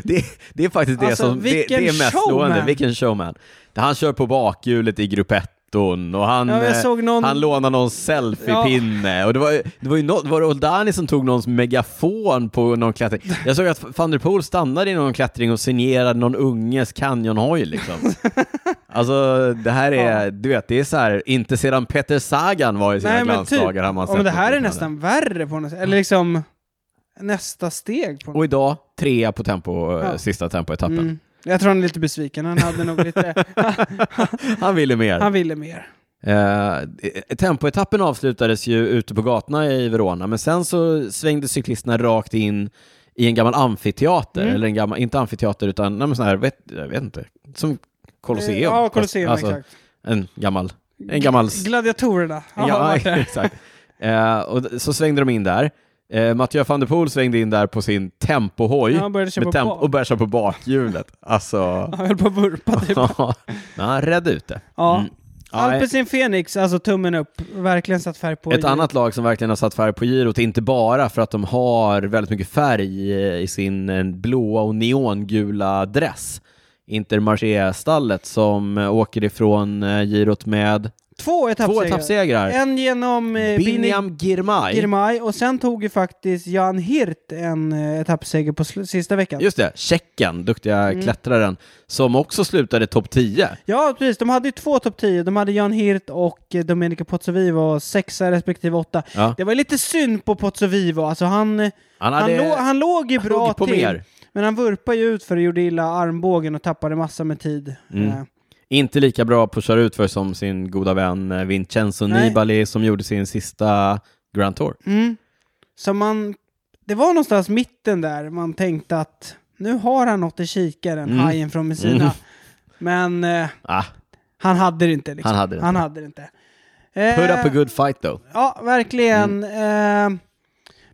S1: det, det är faktiskt det
S2: Alltså,
S1: som det, det
S2: vilken
S1: är mest
S2: showman.
S1: slående. Vilken showman! Han kör på bakhjulet i gruppetton och han,
S2: Ja, jag
S1: eh,
S2: såg någon-
S1: han lånar någon selfiepinne och det var, ju- det var ju no, det var det Oldani som tog någons megafon på någon klättring. Jag såg att van der Poel stannade i någon klättring och signerade någon unges canyonhoj liksom. alltså det här är, du vet, det är så här, inte sedan Peter Sagan var i sina
S2: Nej men typ,
S1: glansdagar har man
S2: Ja,
S1: sett
S2: men det
S1: något
S2: här är
S1: liknande.
S2: nästan värre på något sätt. Eller liksom nästa steg på något
S1: Och idag, trea på tempo, eh,
S2: Ja.
S1: sista tempoetappen.
S2: Mm. Jag tror han är lite besviken, han hade nog lite,
S1: Han ville mer.
S2: han ville mer.
S1: Eh, tempoetappen avslutades ju ute på gatorna i Verona, men sen så svängde cyklisterna rakt in i en gammal amfiteater,
S2: Mm.
S1: eller en gammal, inte amfiteater utan, nej men sån här, vet, jag vet inte, som Colosseum.
S2: Eh, Ja,
S1: Fast,
S2: Colosseum
S1: alltså,
S2: exakt.
S1: En gammal, en gammal...
S2: Gladiatorerna.
S1: En
S2: Ja,
S1: gammal
S2: vart det?
S1: exakt. Eh, och d- så svängde de in där. Uh, Mathieu van der Poel svängde in där på sin tempohoj
S2: Ja, han började köra
S1: med
S2: på
S1: temp-
S2: bak.
S1: och började köra på bakhjulet. Alltså,
S2: Han höll på att vurpa typ.
S1: men han rädd ute.
S2: Ja.
S1: Mm. Nej.
S2: Alpecin Fenix, alltså tummen upp. Verkligen satt färg på.
S1: Ett
S2: i-
S1: annat lag som verkligen har satt färg på girot, inte bara för att de har väldigt mycket färg i- i sin eh, blåa och neongula dress. Intermarché-stallet som eh, åker ifrån eh, girot med
S2: Två
S1: Två
S2: etappsegrar.
S1: etappsegrar.
S2: En genom eh, Binny
S1: Binyam Girmay.
S2: Girmay och sen tog ju faktiskt Jan Hirt en eh, etappseger på sl- sista veckan.
S1: Just det, Tjeckien, duktiga
S2: Mm.
S1: klättraren, som också slutade topp 10.
S2: Ja, precis. De hade ju två topp 10. De hade Jan Hirt och eh, Domenico Pozzovivo, och sexa respektive åtta.
S1: Ja.
S2: Det var ju lite synd på Pozzovivo. Alltså han, eh,
S1: Han
S2: han,
S1: hade...
S2: lå- han låg ju bra
S1: låg på
S2: till.
S1: mer.
S2: Men han vurpade ju ut för det gjorde illa armbågen och tappade massa med tid.
S1: Mm.
S2: Eh,
S1: Inte lika bra på att köra utför som sin goda vän eh, Vincenzo
S2: Nej.
S1: Nibali som gjorde sin sista Grand Tour.
S2: Mm. Så man, det var någonstans mitten där man tänkte att nu har han något i kikaren,
S1: Mm.
S2: hajen från Messina. Men eh,
S1: Ah,
S2: han hade det inte. Liksom.
S1: Han hade det
S2: Han hade det inte.
S1: put
S2: Eh,
S1: up a good Mm. fight though.
S2: Ja, verkligen. Eh,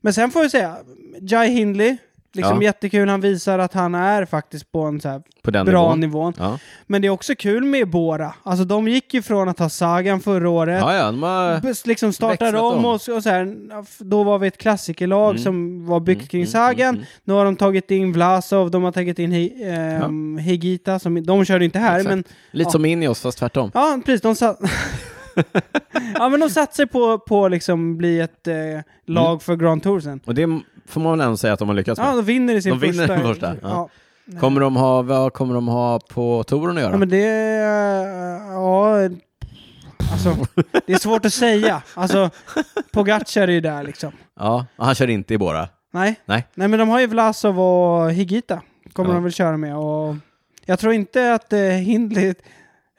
S2: men sen får vi säga, Jai Hindley, liksom
S1: Ja.
S2: jättekul. Han visar att han är faktiskt på en så här
S1: På den
S2: bra
S1: nivån.
S2: nivån.
S1: Ja.
S2: Men det är också kul med Bora. Alltså de gick ju från att ha Sagan förra året,
S1: ja, ja, de har...
S2: bes- liksom startar
S1: Växlat
S2: om
S1: om. Mm.
S2: och, s- och så här, ja, f- då var vi ett klassikerlag som var byggt kring Sagan. Nu har de tagit in Vlasov, de har tagit in Hi, ehm, Higita, som de körde inte här,
S1: Exakt.
S2: men
S1: Lite
S2: ja.
S1: som Ineos fast tvärtom.
S2: ja, precis, de satt... ja, men de satsar på, på liksom bli ett eh, lag
S1: Mm.
S2: för Grand Tour sen.
S1: Och det m- får man väl ändå säga att de har lyckats med.
S2: Ja, de vinner i sin
S1: Alltså. De vinner
S2: första.
S1: den första, ja.
S2: Ja.
S1: Kommer de ha, vad kommer de ha på touren att göra?
S2: Ja, men det... eh, Ja, alltså, det är svårt att säga. Alltså, Pogacar är ju där liksom.
S1: Ja, och han kör inte i Bora.
S2: Nej.
S1: Nej.
S2: men de har ju Vlasov och Higita. Kommer
S1: Ja.
S2: de väl köra med. Och jag tror inte att eh, Hindley...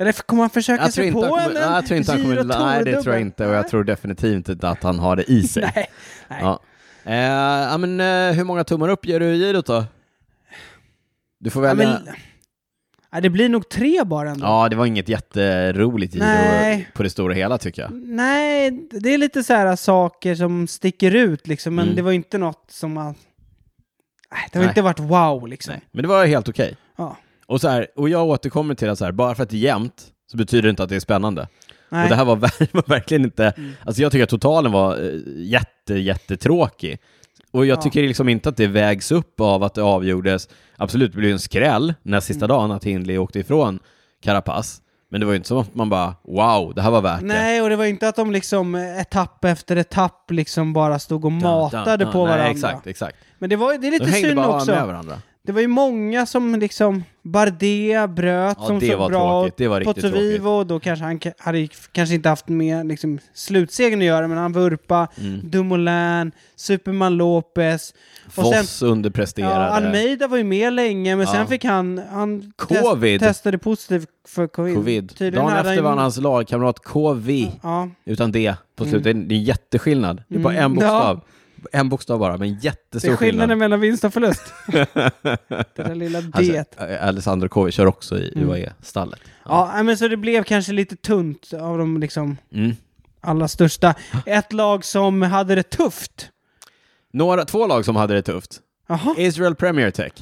S2: Eller f- kommer han försöka
S1: Jag tror,
S2: sig
S1: inte
S2: på
S1: han kommer,
S2: en, en
S1: nej, jag tror inte han kommer...
S2: Giro
S1: Nej, det tror
S2: Tour-dubbel?
S1: jag inte. Och jag tror definitivt inte att han har det i sig.
S2: Nej. Nej.
S1: Ja. Eh, ja, men, eh, hur många tummar upp ger du i girot då? Du får
S2: Ja,
S1: välja. Ja,
S2: men, nej, det blir nog tre bara ändå.
S1: det var inget jätteroligt giro
S2: Nej.
S1: på det stora hela tycker jag.
S2: Nej, det är lite så här saker som sticker ut liksom. Men
S1: Mm.
S2: det var inte något som man... Nej, det har
S1: Nej.
S2: inte varit wow liksom.
S1: Nej. Men det var helt okej.
S2: Ja.
S1: Och, så här, och jag återkommer till att så här, bara för att det är jämnt så betyder det inte att det är spännande.
S2: Nej. Mm.
S1: Och det här var, ver- var verkligen inte... Alltså jag tycker att totalen var eh, jätte, jättetråkig. Och jag
S2: Ja.
S1: tycker liksom inte att det vägs upp av att det avgjordes. Absolut, det blev ju en skräll när sista
S2: Mm.
S1: dagen att Hindley åkte ifrån Carapaz. Men det var ju inte som att man bara wow, det här var värt det.
S2: Nej, och det var inte att de liksom eh, etapp efter etapp liksom bara stod och matade
S1: Ja,
S2: på
S1: nej,
S2: varandra.
S1: Exakt, exakt.
S2: Men det, var, ju- det är
S1: De
S2: lite
S1: hängde
S2: synd
S1: bara med
S2: också.
S1: varandra.
S2: Det var ju många som liksom Bardet bröt
S1: Ja,
S2: som
S1: det
S2: såg
S1: var
S2: bra
S1: tråkigt. Det var riktigt
S2: Pozzovivo, då kanske han ka- hade ju f- kanske inte haft med liksom, slutsegern att göra, men han vurpa,
S1: Mm.
S2: Dumoulin, Superman Lopez.
S1: Foss
S2: sen-
S1: underpresterade.
S2: Ja, Almeida var ju med länge, men sen
S1: Ja.
S2: fick han... han
S1: Covid.
S2: Test, testade positivt för covid.
S1: Covid.
S2: Tydligen
S1: Dagen
S2: hade
S1: efter vann
S2: han...
S1: hans lagkamrat KV
S2: Ja,
S1: utan det på slutet. Det är en jätteskillnad. Det är bara en
S2: Mm.
S1: bokstav. En bokstav bara, men
S2: det är
S1: jättestor skillnad.
S2: skillnaden mellan vinst och förlust. det där lilla det. Mm.
S1: Alltså, Ä- Alessandro KV kör också i UAE-stallet.
S2: Ja, nej, men så det blev kanske lite tunt av de liksom
S1: Mm.
S2: allra största. Ett lag som hade det tufft.
S1: Några, två lag som hade det tufft.
S2: Jaha,
S1: Israel Premier Tech.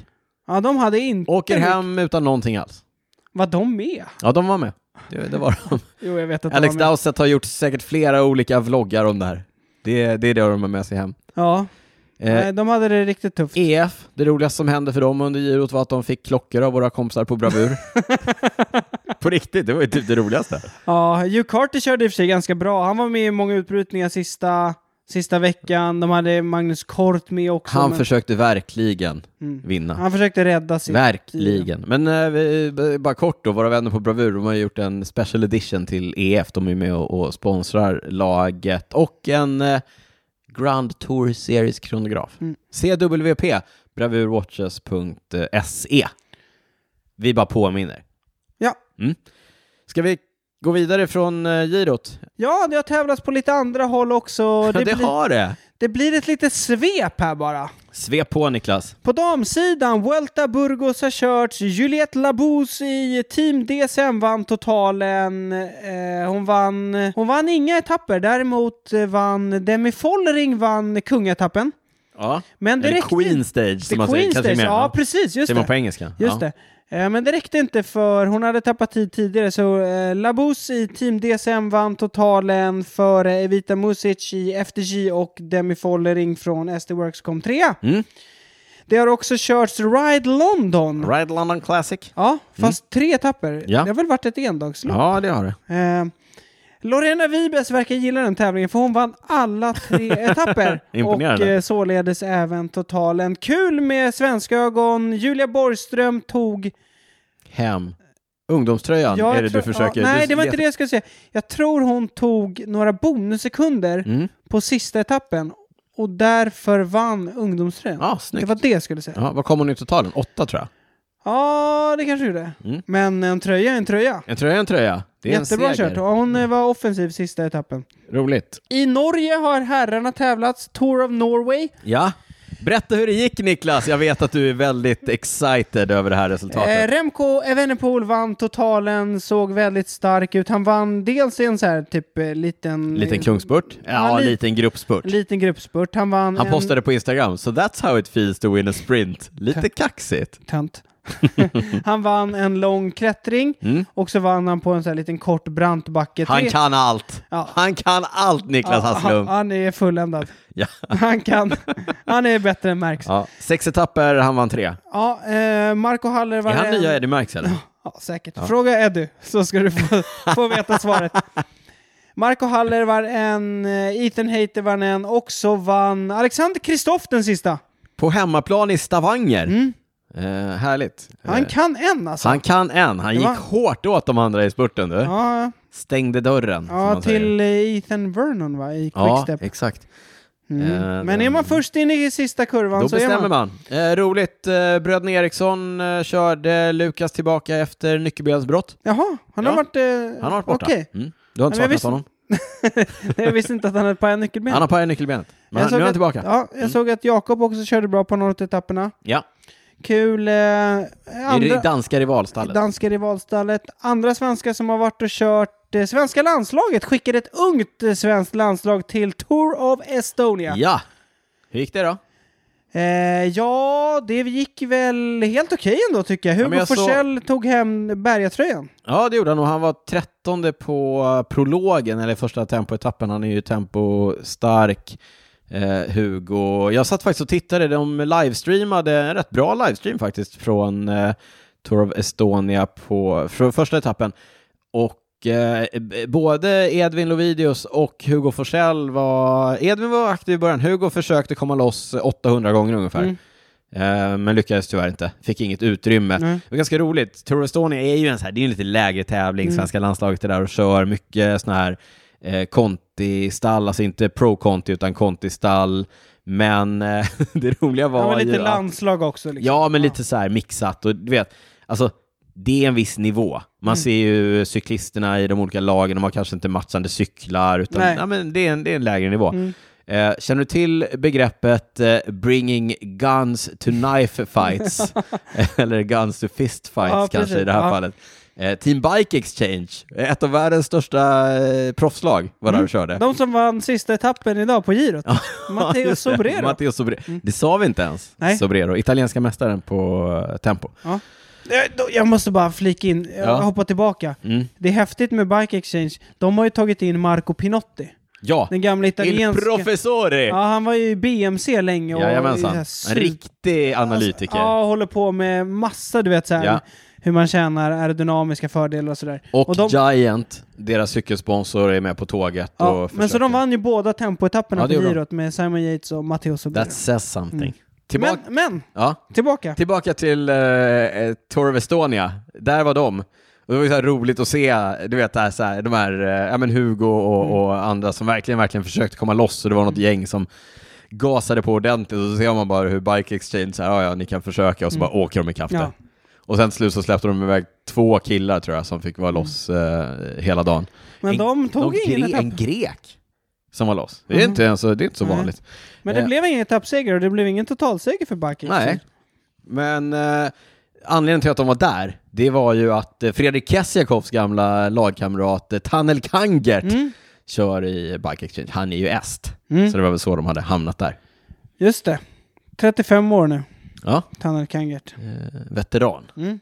S2: ja de hade inte...
S1: Åker hem utan någonting alls.
S2: Var de med?
S1: Ja, de var med. Det, det var de.
S2: Jo, jag vet att
S1: Alex
S2: de var med.
S1: Dowsett har gjort säkert flera olika vloggar om det här. Det, det är det de har med sig hem.
S2: Ja,
S1: Eh,
S2: nej, de hade det riktigt tufft.
S1: EF, det roligaste som hände för dem under girot var att de fick klockor av våra kompisar på Bravur. på riktigt, det var ju typ det roligaste.
S2: Ja, Hugh Carter körde i och för sig ganska bra. Han var med i många utbrytningar sista, sista veckan. De hade Magnus Kort med också.
S1: Han
S2: men-
S1: försökte verkligen
S2: Mm.
S1: vinna.
S2: han försökte rädda sitt.
S1: Verkligen. Men eh, vi- b- bara kort då, våra vänner på Bravur, de har ju gjort en special edition till EF. De är med och, och sponsrar laget och en eh, Grand Tour Series kronograf.
S2: Mm.
S1: CWP, bravurwatches.se. E. Vi bara påminner.
S2: Ja.
S1: Mm. Ska vi gå vidare från eh, girot?
S2: Ja, det har tävlats på lite andra håll också.
S1: Det,
S2: Det, blir,
S1: har det.
S2: det blir ett litet svep här bara.
S1: Svep på Niklas.
S2: På damsidan, Vuelta Burgos har körts. Juliette Labous i Team DSM vann totalen. Eh, hon, vann, hon vann inga etapper, däremot eh, vann Demi Follering vann kungaetappen.
S1: Ja.
S2: Men det
S1: Eller
S2: räckte
S1: Queen Stage
S2: The
S1: som man säger.
S2: Queen's
S1: Kanske
S2: Days,
S1: mer.
S2: ja precis, just
S1: Säger man på
S2: det.
S1: engelska?
S2: Just
S1: ja.
S2: det. Eh, Men det räckte inte för hon hade tappat tid tidigare så eh, Labous i Team DSM vann totalen före Evita Music i FDG och Demi Follering från SD Works kom trea.
S1: Mm.
S2: Det har också körts Ride London.
S1: Ride London Classic.
S2: Ja, fast tre etapper.
S1: Mm. Ja.
S2: Mm. Det har väl varit ett endagslopp?
S1: Ja, det har det.
S2: Eh, Lorena Vibes verkar gilla den tävlingen för hon vann alla tre etapper. och
S1: Imponerande.
S2: eh, således även totalen. Kul med svenska ögon. Julia Borgström tog...
S1: Hem. Ungdomströjan
S2: Ja,
S1: är
S2: jag
S1: det
S2: tror-
S1: du försöker...
S2: Ja, nej,
S1: du
S2: det var
S1: letar-
S2: inte det jag skulle säga. Jag tror hon tog några bonussekunder
S1: Mm.
S2: på sista etappen och därför vann ungdomströjan.
S1: Ja,
S2: det
S1: snyggt.
S2: var det jag skulle säga.
S1: Ja, vad kom hon i totalen? Åtta tror jag.
S2: Ja, det kanske gjorde.
S1: Mm.
S2: Men en tröja är en tröja.
S1: En tröja är en tröja. Det är
S2: Jättebra
S1: en seger.
S2: kört. Och hon eh, var offensiv sista etappen.
S1: Roligt.
S2: I Norge har herrarna tävlats, Tour of Norway.
S1: Ja. Berätta hur det gick Niklas. Jag vet att du är väldigt excited över det här resultatet.
S2: Eh, Remco Evenepoel vann totalen, såg väldigt stark ut. Han vann dels i en så här typ eh, liten...
S1: liten kungsspurt? Ja,
S2: Ja, li- mm.
S1: liten gruppspurt.
S2: en liten gruppspurt. Han vann
S1: Han
S2: en...
S1: postade på Instagram, so that's how it feels to win a sprint. Lite kaxigt.
S2: Tönt. han vann en lång klättring
S1: Mm.
S2: och så vann han på en så här liten kort brant backe.
S1: Han
S2: Tre-
S1: kan allt.
S2: Ja.
S1: Han kan allt Niklas
S2: Ja, han,
S1: Hasslum.
S2: han är fulländad.
S1: Ja.
S2: Han kan. Han är bättre än Marx.
S1: Ja. Sex etapper, han vann tre.
S2: Ja, eh, Marco Haller var
S1: Är han
S2: en-
S1: nya Eddie Merckx eller?
S2: Ja, säkert. Fråga Eddie så ska du få, få veta svaret. Marco Haller var en, eh, Ethan Hayter var en och så vann Alexander Kristoff den sista.
S1: På hemmaplan i Stavanger. Eh, härligt.
S2: Mm. Han
S1: eh,
S2: kan en alltså.
S1: han kan en. Han gick
S2: var-
S1: hårt åt de andra i spurten du.
S2: Ja,
S1: Stängde dörren. som
S2: ja
S1: man säger.
S2: till eh, Ethan Vernon va, i
S1: Ja,
S2: quickstep. Mm.
S1: exakt. Eh,
S2: Men är man först in i sista kurvan
S1: Då
S2: så är
S1: bestämmer
S2: man.
S1: man. Eh, roligt. Eh, bröderna Eriksson eh, körde Lukas tillbaka efter nyckelbensbrott.
S2: Jaha, han har
S1: Ja.
S2: varit... eh,
S1: Han har varit borta.
S2: Okej,
S1: Mm. Du har inte
S2: Men jag
S1: saknat
S2: visste-
S1: honom?
S2: jag visste inte att han hade pajat nyckelben.
S1: Han har pajat nyckelbenet. Men
S2: Jag
S1: han,
S2: såg
S1: nu är han
S2: att-
S1: tillbaka. Ja.
S2: Ja, jag såg att Jakob också körde bra på någon av etapperna. Kul. Eh,
S1: Det är
S2: andra-
S1: det danska rivalstallet.
S2: Danska rivalstallet. Andra svenskar som har varit och kört eh, svenska landslaget skickade ett ungt eh, svenskt landslag till Tour of Estonia.
S1: ja. Hur gick det då?
S2: Eh, ja, det gick väl helt okej ändå tycker jag.
S1: men
S2: Hugo
S1: jag såg-
S2: Forsell tog hem bergatröjan.
S1: Ja, det gjorde han och han var trettonde på eh, prologen, eller första tempoetappen. Han är ju tempostark, eh, Hugo. Jag satt faktiskt och tittade, de livestreamade, en rätt bra livestream faktiskt, från eh, Tour of Estonia på från första etappen. Och eh, b- både Edvin Lovidius och Hugo Forsell var... Edvin var aktiv i början, Hugo försökte komma loss 800 gånger ungefär.
S2: Mm.
S1: Eh, Men lyckades tyvärr inte, fick inget utrymme.
S2: Nej.
S1: Det var ganska roligt. Tour of Estonia är ju en, så här, det är ju en lite lägre tävling,
S2: Mm.
S1: svenska landslaget är där och kör mycket sådana här eh, Conti-stall, alltså inte pro-Conti utan Conti-stall. Men eh, det roliga var
S2: Han var lite
S1: ju att-
S2: landslag också. Liksom.
S1: Ja, men lite så här mixat och du vet, alltså det är en viss nivå. Man
S2: Mm.
S1: ser ju cyklisterna i de olika lagen, de har kanske inte matchande cyklar, utan
S2: Nej. Mm.
S1: ja, men det, är en, det är en lägre nivå. Eh, känner du till begreppet eh, bringing guns to knife fights? Eller guns to fist fights
S2: Ja,
S1: kanske
S2: precis.
S1: i det här
S2: Ja.
S1: fallet. Eh, Team Bike Exchange, ett av världens största eh, proffslag, var där och körde.
S2: Mm. De som vann sista etappen idag på girot. Matteo
S1: Just det,
S2: Sobrero. Mm.
S1: Matteo Sobrero. Det sa vi inte ens,
S2: Nej.
S1: Sobrero, italienska mästaren på eh, tempo.
S2: Eh, då- Jag måste bara flika in, jag
S1: Ja.
S2: hoppar tillbaka.
S1: Mm.
S2: Det är häftigt med Bike Exchange. De har ju tagit in Marco Pinotti.
S1: Ja,
S2: Den gamla
S1: Il
S2: italienska...
S1: Professore!
S2: Ja, han var ju i BMC länge och...
S1: Jajamensan,
S2: Ja,
S1: en
S2: super-
S1: riktig analytiker.
S2: Ja, håller på med massa, du vet så här,
S1: Ja.
S2: hur man tjänar aerodynamiska fördelar och sådär.
S1: Och,
S2: de,
S1: Giant, deras cykelsponsor, är med på tåget och
S2: ja, men så
S1: försöker-
S2: de vann ju båda tempoetapperna
S1: Ja, det
S2: på
S1: gjorde de.
S2: girot med Simon Yates och Matteo Sobrero.
S1: That says something.
S2: Men,
S1: Tillbaka,
S2: Mm. men,
S1: ja,
S2: tillbaka.
S1: tillbaka till uh, Tour of Estonia, där var de. Och det var ju så här roligt att se, du vet, det här, så här, de här, eh, ja men Hugo och, och
S2: Mm.
S1: andra som verkligen, verkligen försökte komma loss och det var något gäng som gasade på ordentligt och så ser man bara hur Bike Exchange, så här, ja ja, ni kan försöka och så bara åker de ikapp det.
S2: Mm. Ja.
S1: Och sen till slut så släppte de iväg två killar tror jag som fick vara loss eh, hela dagen.
S2: Mm. Men
S1: En-
S2: de tog
S1: någon
S2: ingen
S1: gre-
S2: etapp. Mm.
S1: En grek som var loss. Det är inte, ens, det är inte så
S2: Nej.
S1: vanligt.
S2: Men det
S1: Eh.
S2: blev ingen etappseger och det blev ingen totalseger för Bike Exchange.
S1: Nej. Men eh, anledningen till att de var där, det var ju att eh, Fredrik Kessiakoffs gamla lagkamrat eh, Tanel Kangert kör i Bike Exchange. Han är ju est,
S2: Mm.
S1: så det var väl så de hade hamnat där.
S2: Just det. 35 år nu,
S1: Ja,
S2: Tanner Kangert.
S1: eh, veteran.
S2: Mm.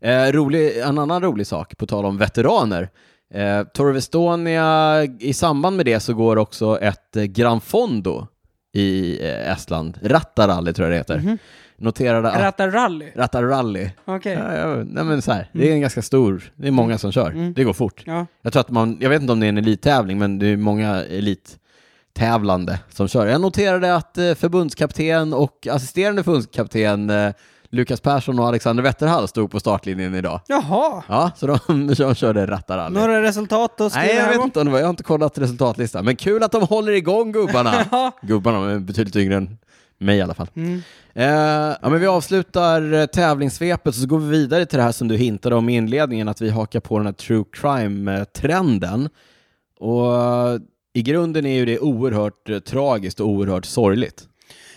S1: Eh, rolig, en annan rolig sak, på tal om veteraner. Eh, Tour of Estonia, i samband med det så går
S2: Mhm.
S1: också ett eh, Gran Fondo i eh, Estland, Rattarally tror jag det heter. noterade att
S2: Rattarally?
S1: Rattarally,
S2: Okej.
S1: ja, ja, nej men så här, det är en ganska stor, det är många som kör, det går fort.
S2: Ja.
S1: Jag tror att man, jag vet inte om det är en elittävling, men det är många elittävlande som kör. Jag noterade att eh, förbundskapten och assisterande förbundskapten eh, Lukas Persson och Alexander Wetterhall stod på startlinjen idag.
S2: Jaha.
S1: Ja, så de, de körde rattarally.
S2: Några resultat att skriva
S1: Nej, jag
S2: här
S1: vet
S2: om?
S1: inte om det var. Jag har inte kollat resultatlistan. Men kul att de håller igång gubbarna.
S2: Ja.
S1: gubbarna de är betydligt yngre än mig i alla fall. Eh, ja, men vi avslutar eh, tävlingssvepet så går vi vidare till det här som du hintade om i inledningen, att vi hakar på den här true crime-trenden. Och eh, i grunden är ju det oerhört eh, tragiskt och oerhört sorgligt.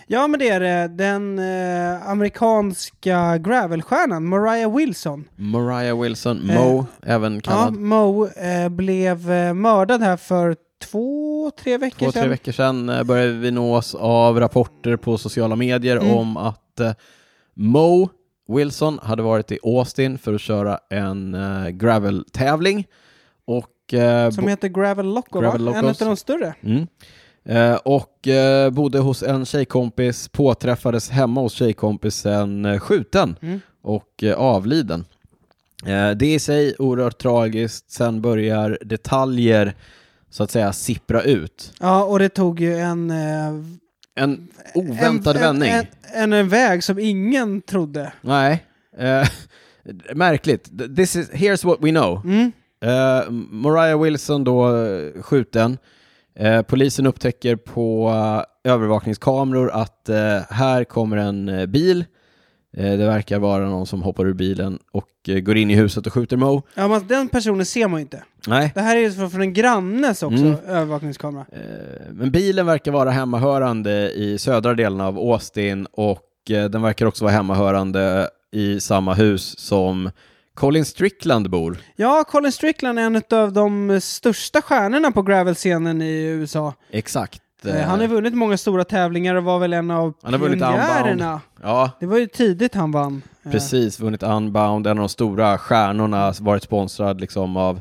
S2: Ja, men det är det. Den eh, amerikanska gravelstjärnan Mariah Wilson,
S1: Mariah Wilson, Mo, även
S2: ja,
S1: kallad,
S2: Mo, eh, blev eh, mördad här för två, tre veckor
S1: två,
S2: sedan.
S1: tre veckor sedan eh, började vi nås av rapporter på sociala medier
S2: Mm.
S1: om att eh, Mo Wilson hade varit i Austin för att köra en eh, gravel-tävling. Och, eh,
S2: Som heter Gravel Loco,
S1: Gravel
S2: va? En av
S1: Locos.
S2: de större.
S1: Mm. Eh, och eh, bodde hos en tjejkompis, påträffades hemma hos tjejkompisen eh, skjuten
S2: Mm.
S1: och eh, avliden. Eh, det i sig oerhört tragiskt, sen börjar detaljer så att säga sippra ut.
S2: Ja, och det tog ju en... Eh,
S1: En
S2: en,
S1: oväntad
S2: en,
S1: vändning.
S2: en, en, en väg som ingen trodde.
S1: Nej. Eh, märkligt. Th- This is, here's what we know.
S2: Mm.
S1: Eh, Mariah Wilson då eh, skjuten. Eh, polisen upptäcker på eh, övervakningskameror att eh, här kommer en eh, bil. Eh, det verkar vara någon som hoppar ur bilen och eh, går in i huset och skjuter Mo.
S2: Ja, men den personen ser man ju inte.
S1: Nej.
S2: Det här är ju från från en grannes också,
S1: Mm.
S2: övervakningskamera.
S1: Eh, Men bilen verkar vara hemmahörande i södra delen av Austin och eh, den verkar också vara hemmahörande i samma hus som Colin Strickland bor.
S2: Ja, Colin Strickland är en av de största stjärnorna på gravelscenen i USA.
S1: Exakt.
S2: Eh, Han har vunnit många stora tävlingar och var väl en av
S1: Han har vunnit
S2: pionjärerna.
S1: Unbound. Ja,
S2: Det var ju tidigt han vann. Eh,
S1: precis. Vunnit Unbound, en av de stora stjärnorna, varit sponsrad liksom av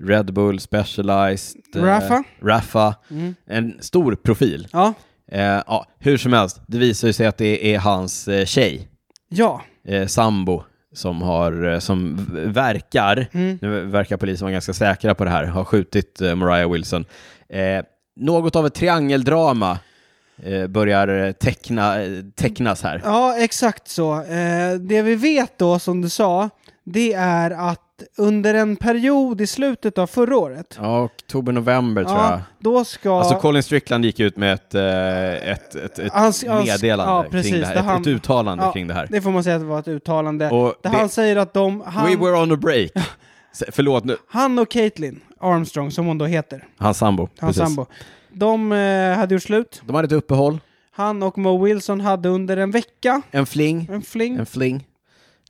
S1: Red Bull, Specialized, eh,
S2: Rafa.
S1: Rafa.
S2: Mm.
S1: En stor profil.
S2: Ja,
S1: Eh, ja, hur som helst, det visar ju sig att det är hans eh, tjej.
S2: ja.
S1: eh, sambo som, har, eh, som v- verkar,
S2: Mm.
S1: nu verkar polisen vara ganska säkra på det här, har skjutit eh, Mariah Wilson. Eh, något av ett triangeldrama eh, börjar eh, teckna, eh, tecknas här.
S2: Ja, exakt så. Eh, det vi vet då, som du sa, det är att under en period i slutet av förra året,
S1: Ja, oktober, november tror jag.
S2: då ska...
S1: Alltså Colin Strickland gick ut med ett, eh, ett, ett, ett
S2: Hans- hans-
S1: meddelande
S2: Alltså, ja, precis,
S1: kring det
S2: där
S1: här,
S2: han-
S1: ett, ett uttalande
S2: Ja,
S1: kring det här.
S2: Det får man säga att det var ett uttalande.
S1: Och
S2: där
S1: det-
S2: han säger att de... Han,
S1: We were on a break. S- Förlåt nu,
S2: han och Caitlin Armstrong, som hon då heter,
S1: hans sambo.
S2: hans
S1: precis.
S2: sambo, de eh, hade gjort slut.
S1: De hade ett uppehåll,
S2: Han och Mo Wilson hade under en vecka
S1: en fling.
S2: en fling.
S1: En fling.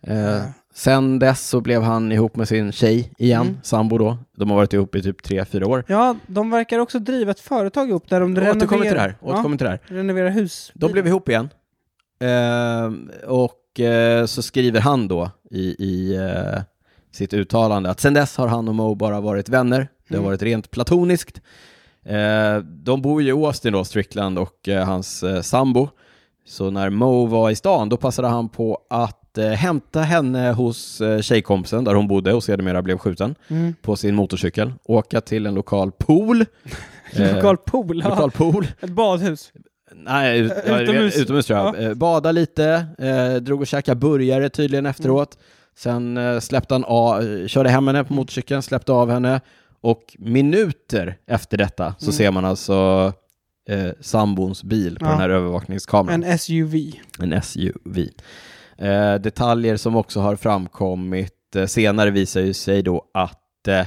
S1: Eh, sen dess så blev han ihop med sin tjej igen,
S2: Mm.
S1: sambo då. De har varit ihop i typ tre fyra år.
S2: Ja, de verkar också driva ett företag upp där de
S1: Återkommer till det
S2: renoverar,
S1: här. Återkommer till det här.
S2: ja, renoverar hus.
S1: De blev ihop igen. Eh, och eh, så skriver han då i, i eh, sitt uttalande att sen dess har han och Mo bara varit vänner. Det
S2: Mm.
S1: har varit rent platoniskt. Eh, de bor ju i Austin då, Strickland och eh, hans eh, sambo. Så när Mo var i stan, då passade han på att eh, hämta henne hos eh, tjejkompisen där hon bodde och sedermera blev skjuten
S2: Mm.
S1: på sin motorcykel. Åka till en lokal pool. Eh,
S2: Lokal pool, ja.
S1: lokal pool.
S2: ett badhus.
S1: Nej, ut,
S2: Eh, utomhus.
S1: utomhus. utomhus tror jag.
S2: Ja.
S1: Eh, Bada lite, eh, drog och käkade burgare tydligen
S2: Mm.
S1: efteråt. Sen eh, släppte han av, eh, körde hem henne på motorcykeln, släppte av henne och minuter efter detta så
S2: Mm.
S1: ser man alltså eh, sambons bil på
S2: Ja.
S1: den här övervakningskameran,
S2: En SUV.
S1: en, SUV. Eh, detaljer som också har framkommit eh, senare visar ju sig då att eh,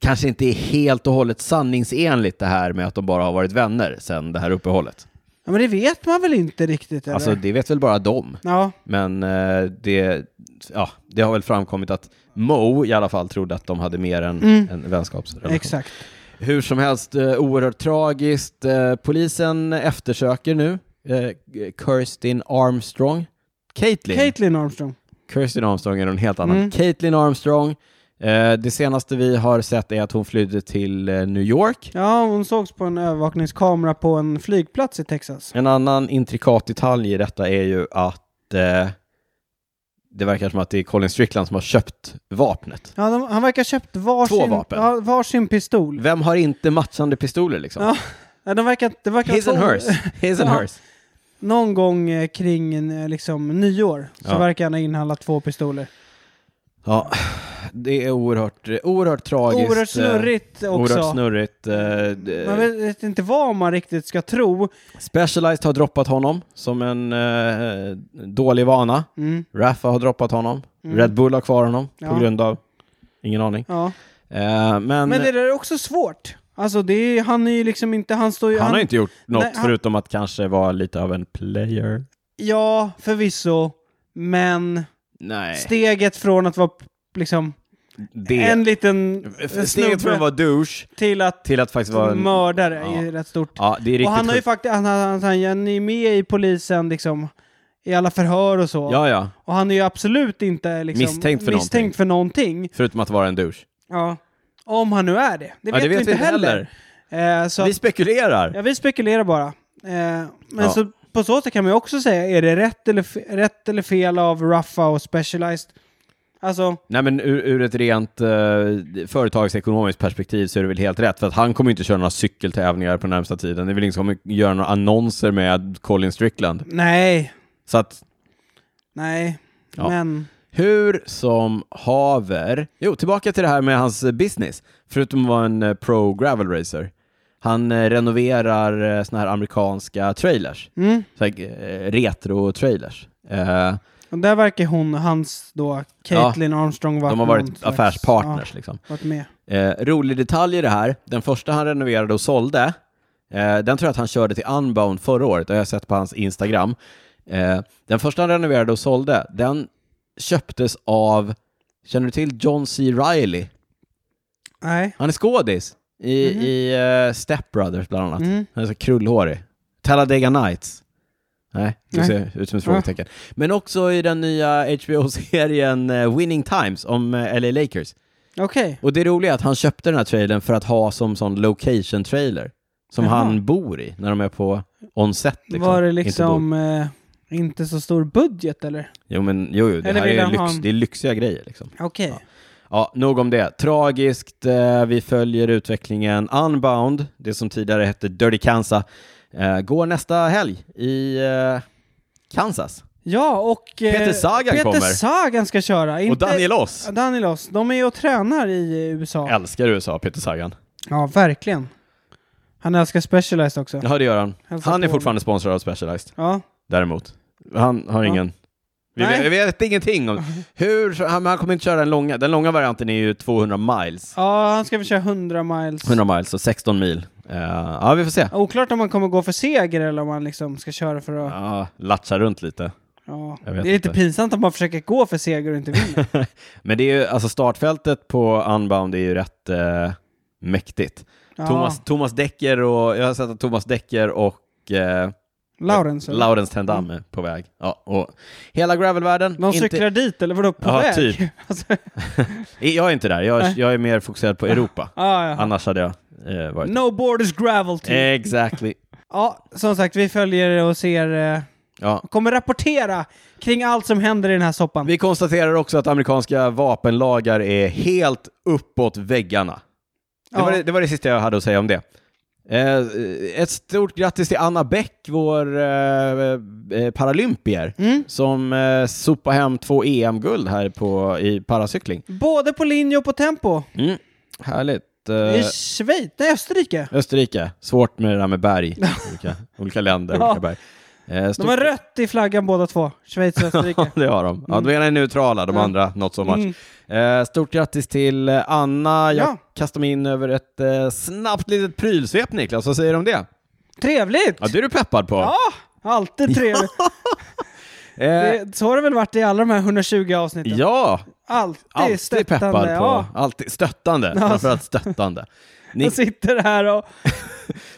S1: kanske inte är helt och hållet sanningsenligt det här med att de bara har varit vänner sedan det här uppehållet.
S2: Ja, men det vet man väl inte riktigt eller?
S1: Alltså det vet väl bara de,
S2: ja,
S1: men eh, det, ja, det har väl framkommit att Mo i alla fall trodde att de hade mer än
S2: Mm.
S1: en vänskapsrelation.
S2: exakt.
S1: Hur som helst, eh, oerhört tragiskt. Eh, polisen eftersöker nu eh, Kirstin Armstrong. Caitlyn.
S2: Caitlin Armstrong.
S1: Kirstin Armstrong är någon helt annan.
S2: Mm.
S1: Caitlyn Armstrong Eh, det senaste vi har sett är att hon flydde till eh, New York.
S2: Ja, hon sågs på en övervakningskamera på en flygplats i Texas.
S1: En annan intrikat detalj i detta är ju att eh, det verkar som att det är Colin Strickland som har köpt vapnet.
S2: Ja, de, han verkar ha köpt varsin,
S1: Två vapen. Mm.
S2: Ja, varsin pistol.
S1: Vem har inte matchande pistoler liksom?
S2: Ja, Ja, de verkar, det verkar
S1: His
S2: vara
S1: and
S2: två-
S1: hers. His and
S2: Ja.
S1: hers.
S2: Någon gång eh, kring eh, liksom, nyår så
S1: Ja.
S2: verkar han ha inhandlat två pistoler.
S1: Ja, det är oerhört, oerhört tragiskt.
S2: Oerhört
S1: eh,
S2: snurrigt också.
S1: Oerhört snurrigt. eh, d-
S2: Man vet inte vad man riktigt ska tro.
S1: Specialized har droppat honom som en eh, dålig vana.
S2: Mm.
S1: Raffa har droppat honom.
S2: Mm.
S1: Red Bull har kvar honom
S2: Ja.
S1: på grund av, ingen aning.
S2: Ja.
S1: Eh, men
S2: Men det där är också svårt. Alltså det är, han är ju liksom inte, han står ju...
S1: han har inte gjort något
S2: Nej, han-
S1: förutom att kanske vara lite av en player.
S2: Ja, förvisso. Men
S1: Nej,
S2: steget från att vara liksom
S1: det...
S2: en liten
S1: Steget från
S2: snubbe
S1: att vara douche
S2: till att
S1: till att faktiskt vara en...
S2: mördare
S1: Ja.
S2: är ju rätt stort.
S1: Ja, det är riktigt
S2: och han har ju
S1: sjukt.
S2: faktiskt, han, han, han, han är med i polisen liksom i alla förhör och så.
S1: Ja, ja.
S2: Och han är ju absolut inte liksom,
S1: Misstänkt för
S2: misstänkt
S1: någonting.
S2: för någonting.
S1: Förutom att vara en douche.
S2: Ja. Om han nu är det. Det
S1: Det
S2: vet,
S1: ja, det vet
S2: vi inte heller. Eh, så
S1: Vi spekulerar.
S2: Ja, vi spekulerar bara. Eh, men
S1: Ja.
S2: så, på så sätt kan man ju också säga, är det rätt eller, fe- rätt eller fel av Ruffa och Specialized? Alltså,
S1: Nej men ur, ur ett rent eh, företagsekonomiskt perspektiv så är det väl helt rätt för att han kommer inte köra några cykeltävlingar på närmsta tiden. Det är väl ingen som kommer göra några annonser med Colin Strickland.
S2: nej,
S1: Så att
S2: nej,
S1: Ja.
S2: men...
S1: hur som haver. Jo, tillbaka till det här med hans eh, business. Förutom att vara en eh, pro gravel racer. Han eh, renoverar eh, såna här amerikanska trailers.
S2: Mm.
S1: Så här, eh, retro trailers. Eh,
S2: Och där verkar hon, hans då, Caitlyn Armstrong vara
S1: de har
S2: någon
S1: varit
S2: slags-
S1: affärspartners liksom.
S2: Ja, varit med.
S1: Eh, rolig detalj i det här, den första han renoverade och sålde, eh, den tror jag att han körde till Unbound förra året, det har jag sett på hans Instagram. Eh, den första han renoverade och sålde, den köptes av, känner du till John C. Reilly?
S2: Nej.
S1: Han är skådis i,
S2: Mhm.
S1: i eh, Step Brothers bland annat.
S2: Mm.
S1: Han är så krullhårig. Talladega Nights. Nej, det
S2: Nej.
S1: ser ut som ett frågetecken. Men också i den nya HBO-serien eh, Winning Times om eh, LA Lakers.
S2: Okej.
S1: Och det roliga är att han köpte den här trailern för att ha som sån location trailer som
S2: Jaha.
S1: han bor i när de är på on set. Liksom.
S2: Var det
S1: Inte bor-
S2: liksom inte, eh, inte så stor budget eller?
S1: Jo, men jo, jo det
S2: Eller
S1: här
S2: vill
S1: är,
S2: han
S1: lyx,
S2: ha en-
S1: det är lyxiga grejer. Liksom.
S2: Okej.
S1: Ja, nog om det. Tragiskt. Eh, vi följer utvecklingen. Unbound, det som tidigare hette Dirty Kansas, eh, går nästa helg i eh, Kansas.
S2: Ja, och... eh,
S1: Peter Sagan
S2: Peter
S1: kommer.
S2: Sagan ska köra.
S1: Och
S2: inte-
S1: Daniel Oss.
S2: Daniel Oss. De är ju och tränar i eh, USA.
S1: Älskar USA, Peter Sagan.
S2: Ja, verkligen. Han älskar Specialized också.
S1: Ja, det gör han.
S2: Hälsa
S1: Han är
S2: på.
S1: fortfarande sponsrad av Specialized.
S2: Ja.
S1: däremot. Han har
S2: Ja.
S1: ingen... Vi
S2: Nej.
S1: vet, vi vet ingenting om hur... Han, han kommer inte köra den långa. Den långa varianten är ju 200 miles.
S2: ja, han ska väl köra 100 miles.
S1: 100 miles, så 16 mil. Eh, ja, vi får se.
S2: Oklart om han kommer gå för seger eller om han liksom ska köra för att...
S1: Ja, latcha runt lite.
S2: Ja.
S1: jag
S2: Det är
S1: vet
S2: lite
S1: inte.
S2: pinsamt att man försöker gå för seger och inte vinner.
S1: Men det är ju, alltså startfältet på Unbound är ju rätt eh, mäktigt.
S2: Ja.
S1: Thomas, Thomas Decker och... Jag har sett att Thomas Decker och eh,
S2: Laurens. eller?
S1: Laurens Tendam är på väg. Ja, och hela gravelvärlden.
S2: De
S1: inte-
S2: Mm. cyklar dit eller vadå? På
S1: Ja,
S2: väg?
S1: typ.
S2: alltså,
S1: Jag är inte där. Jag
S2: Nej.
S1: är, jag är mer fokuserad på Europa.
S2: ja, ja.
S1: Annars hade jag eh, varit
S2: No borders gravel team.
S1: Eh. Exactly.
S2: Ja, som sagt, vi följer och ser... Eh,
S1: Ja.
S2: kommer rapportera kring allt som händer i den här soppan.
S1: Vi konstaterar också att amerikanska vapenlagar är helt uppåt väggarna. Det,
S2: Ja.
S1: var, det, det var det sista jag hade att säga om det. Eh, ett stort grattis till Anna Bäck, vår eh, eh, paralympier,
S2: Mm.
S1: som eh, sopade hem två EM-guld här på, i paracykling.
S2: Både på linje och på tempo.
S1: Mm. Härligt. Eh,
S2: I Schweiz? Nej, Österrike.
S1: Österrike, svårt med det där med berg. Olika, olika länder,
S2: Ja.
S1: olika berg. Eh,
S2: De
S1: stort-
S2: har rött i flaggan båda två. Schweiz och Österrike.
S1: det har de. Ja, de ena är neutrala, de
S2: Mm. Ja.
S1: andra not so much.
S2: Mm.
S1: Eh, stort grattis till eh, Anna. Jag
S2: Ja.
S1: kastar mig in över ett eh, snabbt litet prylsvep Niklas, vad säger du om det?
S2: Trevligt!
S1: Ja, det är du peppad på.
S2: Ja, alltid trevligt.
S1: eh,
S2: Det, så har det väl varit i alla de här 120 avsnitten.
S1: ja
S2: Alltid,
S1: alltid
S2: stöttande.
S1: peppad på.
S2: Ja.
S1: Alltid stöttande, framförallt stöttande. Ni
S2: Jag sitter här och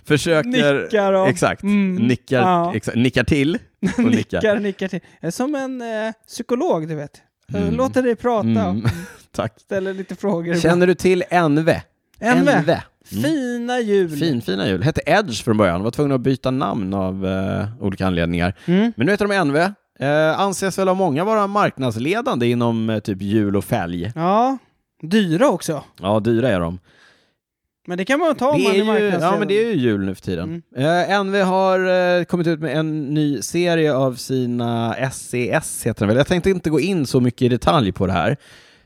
S1: försöker...
S2: nickar och-
S1: Exakt,
S2: Mm.
S1: nickar,
S2: Ja.
S1: exakt, nickar till och nickar.
S2: nickar, nickar till. Jag är som en eh, psykolog, du vet. Jag
S1: Mm.
S2: låter dig prata.
S1: Mm. Tack.
S2: Ställer lite frågor.
S1: Känner Mm. du till Enve?
S2: Enve. Fina jul.
S1: Finfina jul. Hette Edge från början. Var tvungna att byta namn av eh, olika anledningar.
S2: Mm.
S1: Men nu heter de Enve. Eh, anses väl av många vara marknadsledande inom eh, typ jul och fälg.
S2: Ja. Dyra också.
S1: Ja, dyra är de.
S2: Men det kan man ta om
S1: det
S2: man är, Mm.
S1: är ju, ja, men det är ju jul nu för tiden. Eh, NV har eh, kommit ut med en ny serie av sina SES, heter den väl. Jag tänkte inte gå in så mycket i detalj på det här.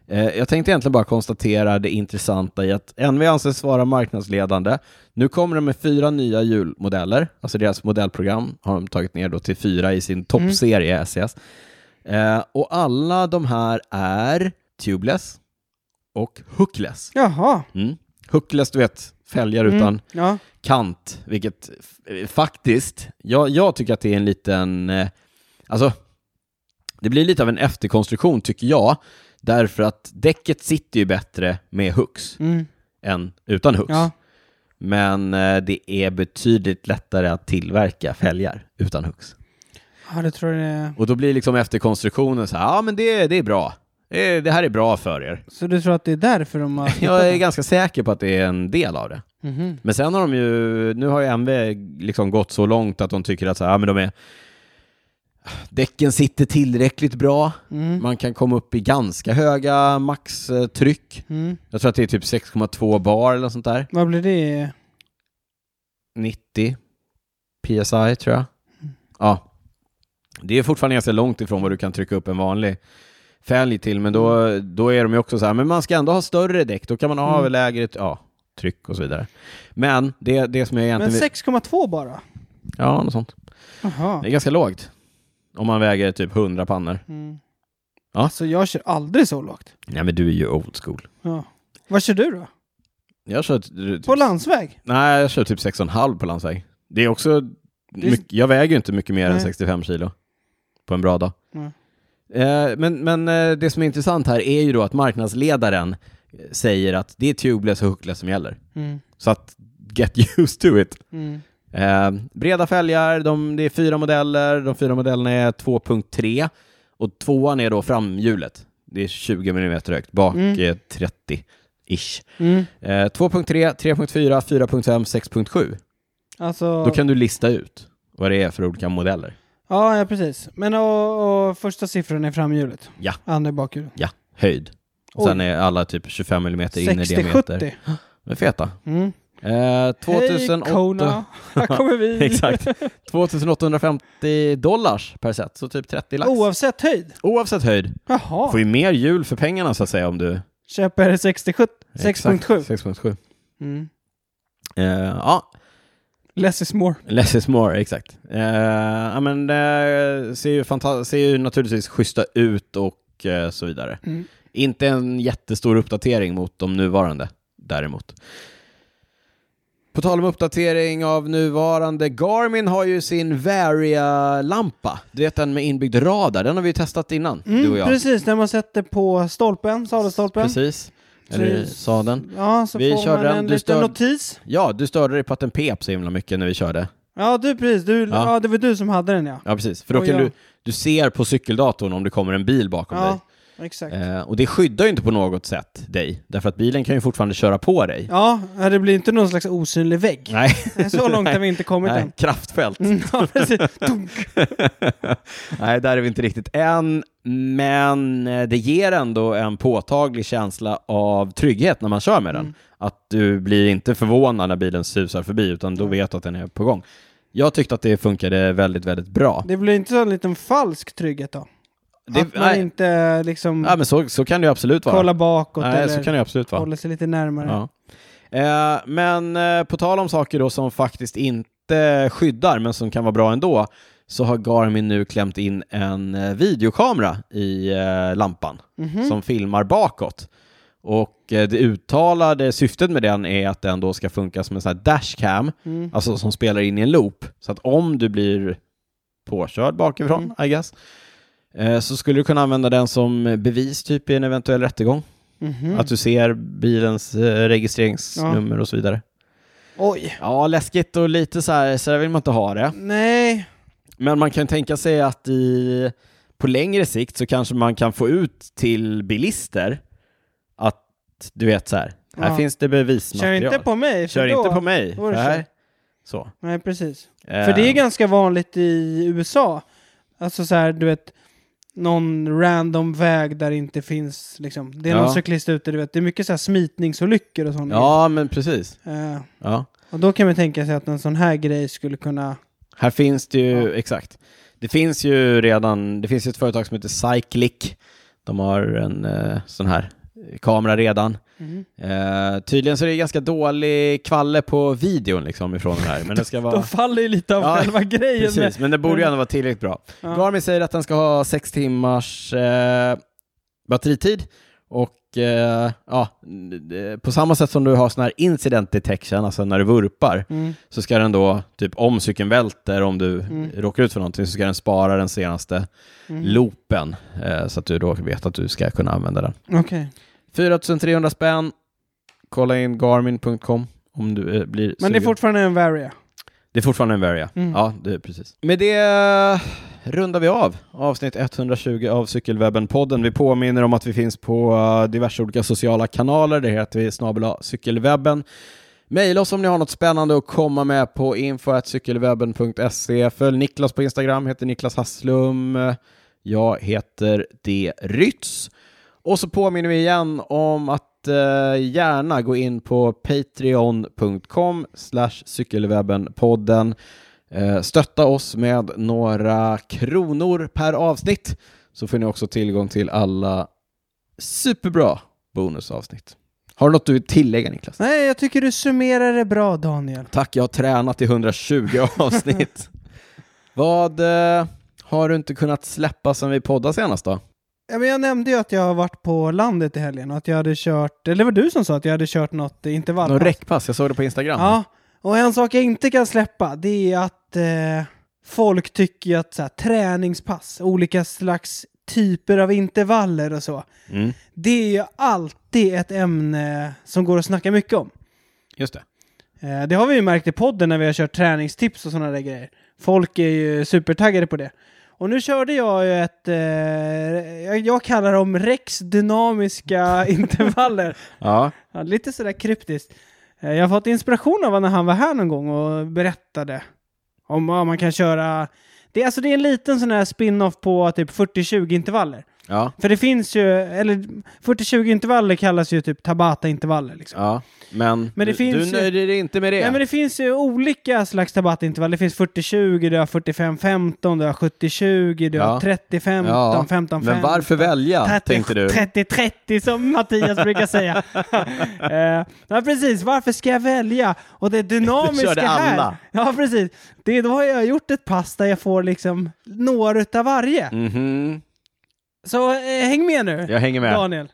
S1: Eh, jag tänkte egentligen bara konstatera det intressanta i att NV anses vara marknadsledande. Nu kommer de med fyra nya julmodeller, alltså deras modellprogram har de tagit ner då till fyra i
S2: Mm.
S1: sin toppserie SES. Eh, och alla de här är tubeless och hookless.
S2: Jaha.
S1: Mm. Huckless, du vet, fälgar
S2: Mm.
S1: utan
S2: Ja.
S1: kant, vilket eh, faktiskt, jag, jag tycker att det är en liten, eh, alltså, det blir lite av en efterkonstruktion tycker jag, därför att däcket sitter ju bättre med hooks
S2: Mm.
S1: än utan hooks.
S2: Ja.
S1: Men eh, det är betydligt lättare att tillverka fälgar utan hooks.
S2: ja, det tror jag det är.
S1: Och då blir liksom efterkonstruktionen så här, ja men det, det är bra. Eh, Det här är bra för er.
S2: Så du tror att det är därför de har...
S1: Jag är ganska säker på att det är en del av det.
S2: Mhm.
S1: Men sen har de ju, nu har ju MV liksom gått så långt att de tycker att så här, ja, men de är Däcken sitter tillräckligt bra,
S2: Mm.
S1: man kan komma upp i ganska höga maxtryck.
S2: Mm.
S1: Jag tror att det är typ 6,2 bar eller något sånt där.
S2: Vad blir det?
S1: 90 PSI tror jag. Ja. Det är fortfarande ganska långt ifrån vad du kan trycka upp en vanlig fälg till, men då, då är de ju också så här, men man ska ändå ha större däck, då kan man ha
S2: Mm.
S1: lägre ja, tryck och så vidare. Men det, det som jag
S2: Men
S1: egentligen... vill-
S2: 6,2 bara?
S1: Ja, något sånt.
S2: Jaha.
S1: Det är ganska lågt. Om man väger typ 100 pannor.
S2: Mm.
S1: Ja.
S2: Alltså jag kör aldrig så lågt.
S1: Nej men du är ju old school.
S2: Ja. Vad kör du då?
S1: Jag kör, typ,
S2: På landsväg?
S1: nej, jag kör typ 6,5 på landsväg. Det är också...
S2: är-
S1: mycket, jag väger ju inte mycket mer än
S2: Nej.
S1: 65 kilo på en bra dag.
S2: Nej.
S1: Eh, men men eh, det som är intressant här är ju då att marknadsledaren eh, säger att det är tubeless och hookless som gäller.
S2: Mm.
S1: Så att get used to it.
S2: Mm.
S1: Eh, breda fälgar, de, det är fyra modeller, de fyra modellerna är 2.3 och tvåan är då framhjulet. Det är 20 mm högt, bak
S2: Mm.
S1: är 30-ish.
S2: Mm.
S1: Eh, 2.3, 3.4, 4.5, 6.7.
S2: Alltså...
S1: Då kan du lista ut vad det är för olika modeller.
S2: Ja, ja, precis. Men och, och första siffran är framhjulet.
S1: Ja.
S2: Andra är bakhjulet.
S1: Ja, höjd. Och
S2: Oj.
S1: sen är alla typ 25 mm innerdiameter.
S2: 60-70.
S1: De är feta.
S2: Mm.
S1: Eh,
S2: Hej
S1: 2008,
S2: Kona! Här kommer vi.
S1: Exakt. 2850 dollars per set, så typ 30 lax.
S2: Oavsett höjd.
S1: Oavsett höjd.
S2: Jaha.
S1: Får ju mer jul för pengarna så att säga om du...
S2: Köper 60-70. 6.7.
S1: Exakt, 6.7.
S2: Mm.
S1: Eh, ja,
S2: Less is more.
S1: less is more, exakt. Eh, Ja men det ser ju, fanta- ser ju naturligtvis schyssta ut och eh, så vidare.
S2: Mm.
S1: Inte en jättestor uppdatering mot de nuvarande, däremot. På tal om uppdatering av nuvarande, Garmin har ju sin Varia-lampa. Du vet den med inbyggd radar, den har vi ju testat innan, du och jag.
S2: Mm, Precis, när man sätter på stolpen, sadelstolpen.
S1: Precis. Eller i
S2: Så-
S1: sadeln.
S2: Ja, så
S1: Vi
S2: får
S1: kör
S2: man
S1: den,
S2: en
S1: du
S2: liten
S1: stör-
S2: notis.
S1: Ja, du störde dig på att den pep så himla mycket när vi körde.
S2: Ja, du precis. Du,
S1: Ja.
S2: ja. det var du som hade den ja.
S1: Ja, precis. För då
S2: Och
S1: kan
S2: jag-
S1: du, du ser på cykeldatorn om det kommer en bil bakom
S2: Ja, exakt.
S1: dig. Eh, och det skyddar ju inte på något sätt dig, därför att bilen kan ju fortfarande köra på dig.
S2: Ja, ja, det blir inte någon slags osynlig vägg.
S1: Nej,
S2: Nej. Så långt har vi inte kommit
S1: Nej.
S2: än.
S1: kraftfält.
S2: Mm, Ja, precis. Dunk.
S1: Nej, där är vi inte riktigt än, men eh, det ger ändå en påtaglig känsla av trygghet när man kör med den.
S2: Mm.
S1: Att du blir inte förvånad när bilen susar förbi, utan då vet du att den är på gång. Jag tyckte att det funkade väldigt, väldigt bra.
S2: Det blir inte en liten falsk trygghet då?
S1: Det-
S2: att man
S1: nej.
S2: inte liksom
S1: Ja, men så, så kan det ju absolut vara.
S2: kollar bakåt
S1: Nej,
S2: eller
S1: så kan det ju absolut vara.
S2: håller sig lite närmare.
S1: Ja. Eh, men eh, på tal om saker då som faktiskt inte skyddar, men som kan vara bra ändå, så har Garmin nu klämt in en eh, videokamera i eh, lampan
S2: Mhm.
S1: som filmar bakåt. Och eh, det uttalade syftet med den är att den då ska funka som en sån här dashcam,
S2: Mm.
S1: alltså som spelar in i en loop. Så att om du blir påkörd bakifrån, I guess, eh, så skulle du kunna använda den som bevis typ i en eventuell rättegång.
S2: Mhm.
S1: Att du ser bilens eh, registreringsnummer och så vidare.
S2: Oj.
S1: Ja, läskigt och lite så här, så där vill man inte ha det.
S2: Nej.
S1: Men man kan tänka sig att i, på längre sikt så kanske man kan få ut till bilister du vet så här,
S2: Ja.
S1: här finns det
S2: Kör
S1: bevismaterial.
S2: inte på mig. för
S1: Kör
S2: då...
S1: inte på mig.
S2: då är det
S1: för här-
S2: kört.
S1: Så.
S2: Nej, precis. För det är
S1: Eh,
S2: ganska vanligt i USA. Alltså så här, du vet, någon random väg där det inte finns liksom. Det är någon
S1: Ja.
S2: cyklist ute, du vet. Det är mycket så här smitningsolyckor och sånt.
S1: Ja, men precis.
S2: Eh,
S1: Ja.
S2: och då kan man tänka sig att en sån här grej skulle kunna...
S1: Här finns det ju, exakt. Det finns ju redan, det finns ju ett företag som heter Cyclic. De har en eh, sån här eh, kamera redan. Eh, tydligen så är det ganska dålig kvalle på videon liksom ifrån den här, men det ska
S2: Då
S1: vara...
S2: faller ju lite av
S1: Ja,
S2: själva grejen.
S1: Precis, men det borde ju ändå vara tillräckligt bra.
S2: Ja.
S1: Garmin säger att den ska ha sex timmars eh, batteritid och eh, ja, eh, på samma sätt som du har sån här incident detection, alltså när du vurpar,
S2: Mm.
S1: så ska den då, typ om cykeln välter, om du
S2: Mm.
S1: råkar ut för någonting, så ska den spara den senaste
S2: Mm.
S1: loopen eh, så att du då vet att du ska kunna använda den.
S2: Okej.
S1: 4300 spänn. Kolla in garmin.com om du eh, blir
S2: Men det är
S1: sugen.
S2: fortfarande en varia.
S1: Det är fortfarande en Varia.
S2: Mm.
S1: Ja, det är precis. Med det eh, rundar vi av avsnitt 120 av Cykelwebben-podden. Vi påminner om att vi finns på eh, diverse olika sociala kanaler. Det heter vi snabel cykelwebben. Maila oss om ni har något spännande att komma med på info.cykelwebben.se. Följ Niklas på Instagram, heter Niklas Hasslum. Jag heter D. Rytz. Och så påminner vi igen om att eh, gärna gå in på patreon.com slash cykelwebbenpodden. Eh, stötta oss med några kronor per avsnitt så får ni också tillgång till alla superbra bonusavsnitt. Har du något du vill tillägga Niklas?
S2: Nej, jag tycker du summerar det bra, Daniel.
S1: Tack, jag har tränat i 120 avsnitt. Vad eh, har du inte kunnat släppa sen vi poddade senast då?
S2: Ja, men jag nämnde ju att jag har varit på landet i helgen och att jag hade kört, eller det var du som sa att jag hade kört något eh, intervall.
S1: Någon räckpass? Jag såg det på Instagram.
S2: Ja, och en sak jag inte kan släppa det är att eh, folk tycker ju att så här, träningspass, olika slags typer av intervaller och så,
S1: Mm,
S2: det är ju alltid ett ämne som går att snacka mycket om.
S1: just det.
S2: Eh, det har vi ju märkt i podden när vi har kört träningstips och sådana där grejer. Folk är ju supertaggade på det. Och nu körde jag ju ett, eh, jag- jag kallar dem rexdynamiska intervaller.
S1: Ja.
S2: Ja, lite sådär kryptiskt. Eh, Jag har fått inspiration av när han var här någon gång och berättade om vad man kan köra. Det, är- alltså det är en liten sån här spin-off på typ 40-20 intervaller.
S1: Ja.
S2: För det finns ju, eller 40-20 intervaller kallas ju typ Tabata-intervaller liksom.
S1: Ja, men,
S2: Men det
S1: du,
S2: finns
S1: du
S2: ju-
S1: nöjer dig inte med det.
S2: Nej men det finns ju olika slags Tabata-intervaller. Det finns 40-20, du har 45-15, du har 70-20, du har
S1: Ja.
S2: 30-15,
S1: Ja,
S2: 15-15.
S1: men varför välja,
S2: 30,
S1: tänkte du?
S2: 30-30 som Mattias brukar säga. eh, ja, precis. Varför ska jag välja? Och det dynamiska
S1: körde
S2: här.
S1: alla.
S2: Ja, precis. Det, då har jag gjort ett pass där jag får liksom några utav varje.
S1: Mhm,
S2: Så eh, häng med nu,
S1: Jag hänger med.
S2: Daniel.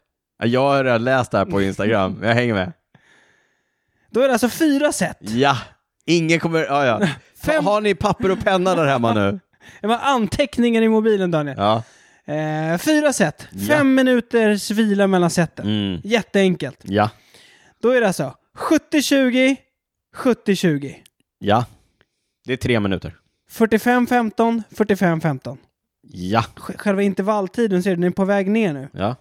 S1: Jag har redan läst det här
S2: Mm.
S1: på Instagram, men jag hänger med.
S2: Då är det alltså fyra set.
S1: Ja, ingen kommer... Ja, ja.
S2: Fem-
S1: Har ni papper och penna där hemma nu?
S2: Det var anteckningar i mobilen, Daniel.
S1: Ja.
S2: Eh, fyra set. Fem
S1: Ja.
S2: minuters vila mellan seten.
S1: Mm.
S2: Jätteenkelt.
S1: Ja.
S2: Då är det alltså 70-20, 70-20.
S1: Ja. Det är tre minuter.
S2: 45-15, 45-15.
S1: Ja.
S2: Sj- Själva intervalltiden ser du, den är på väg ner nu.
S1: Ja.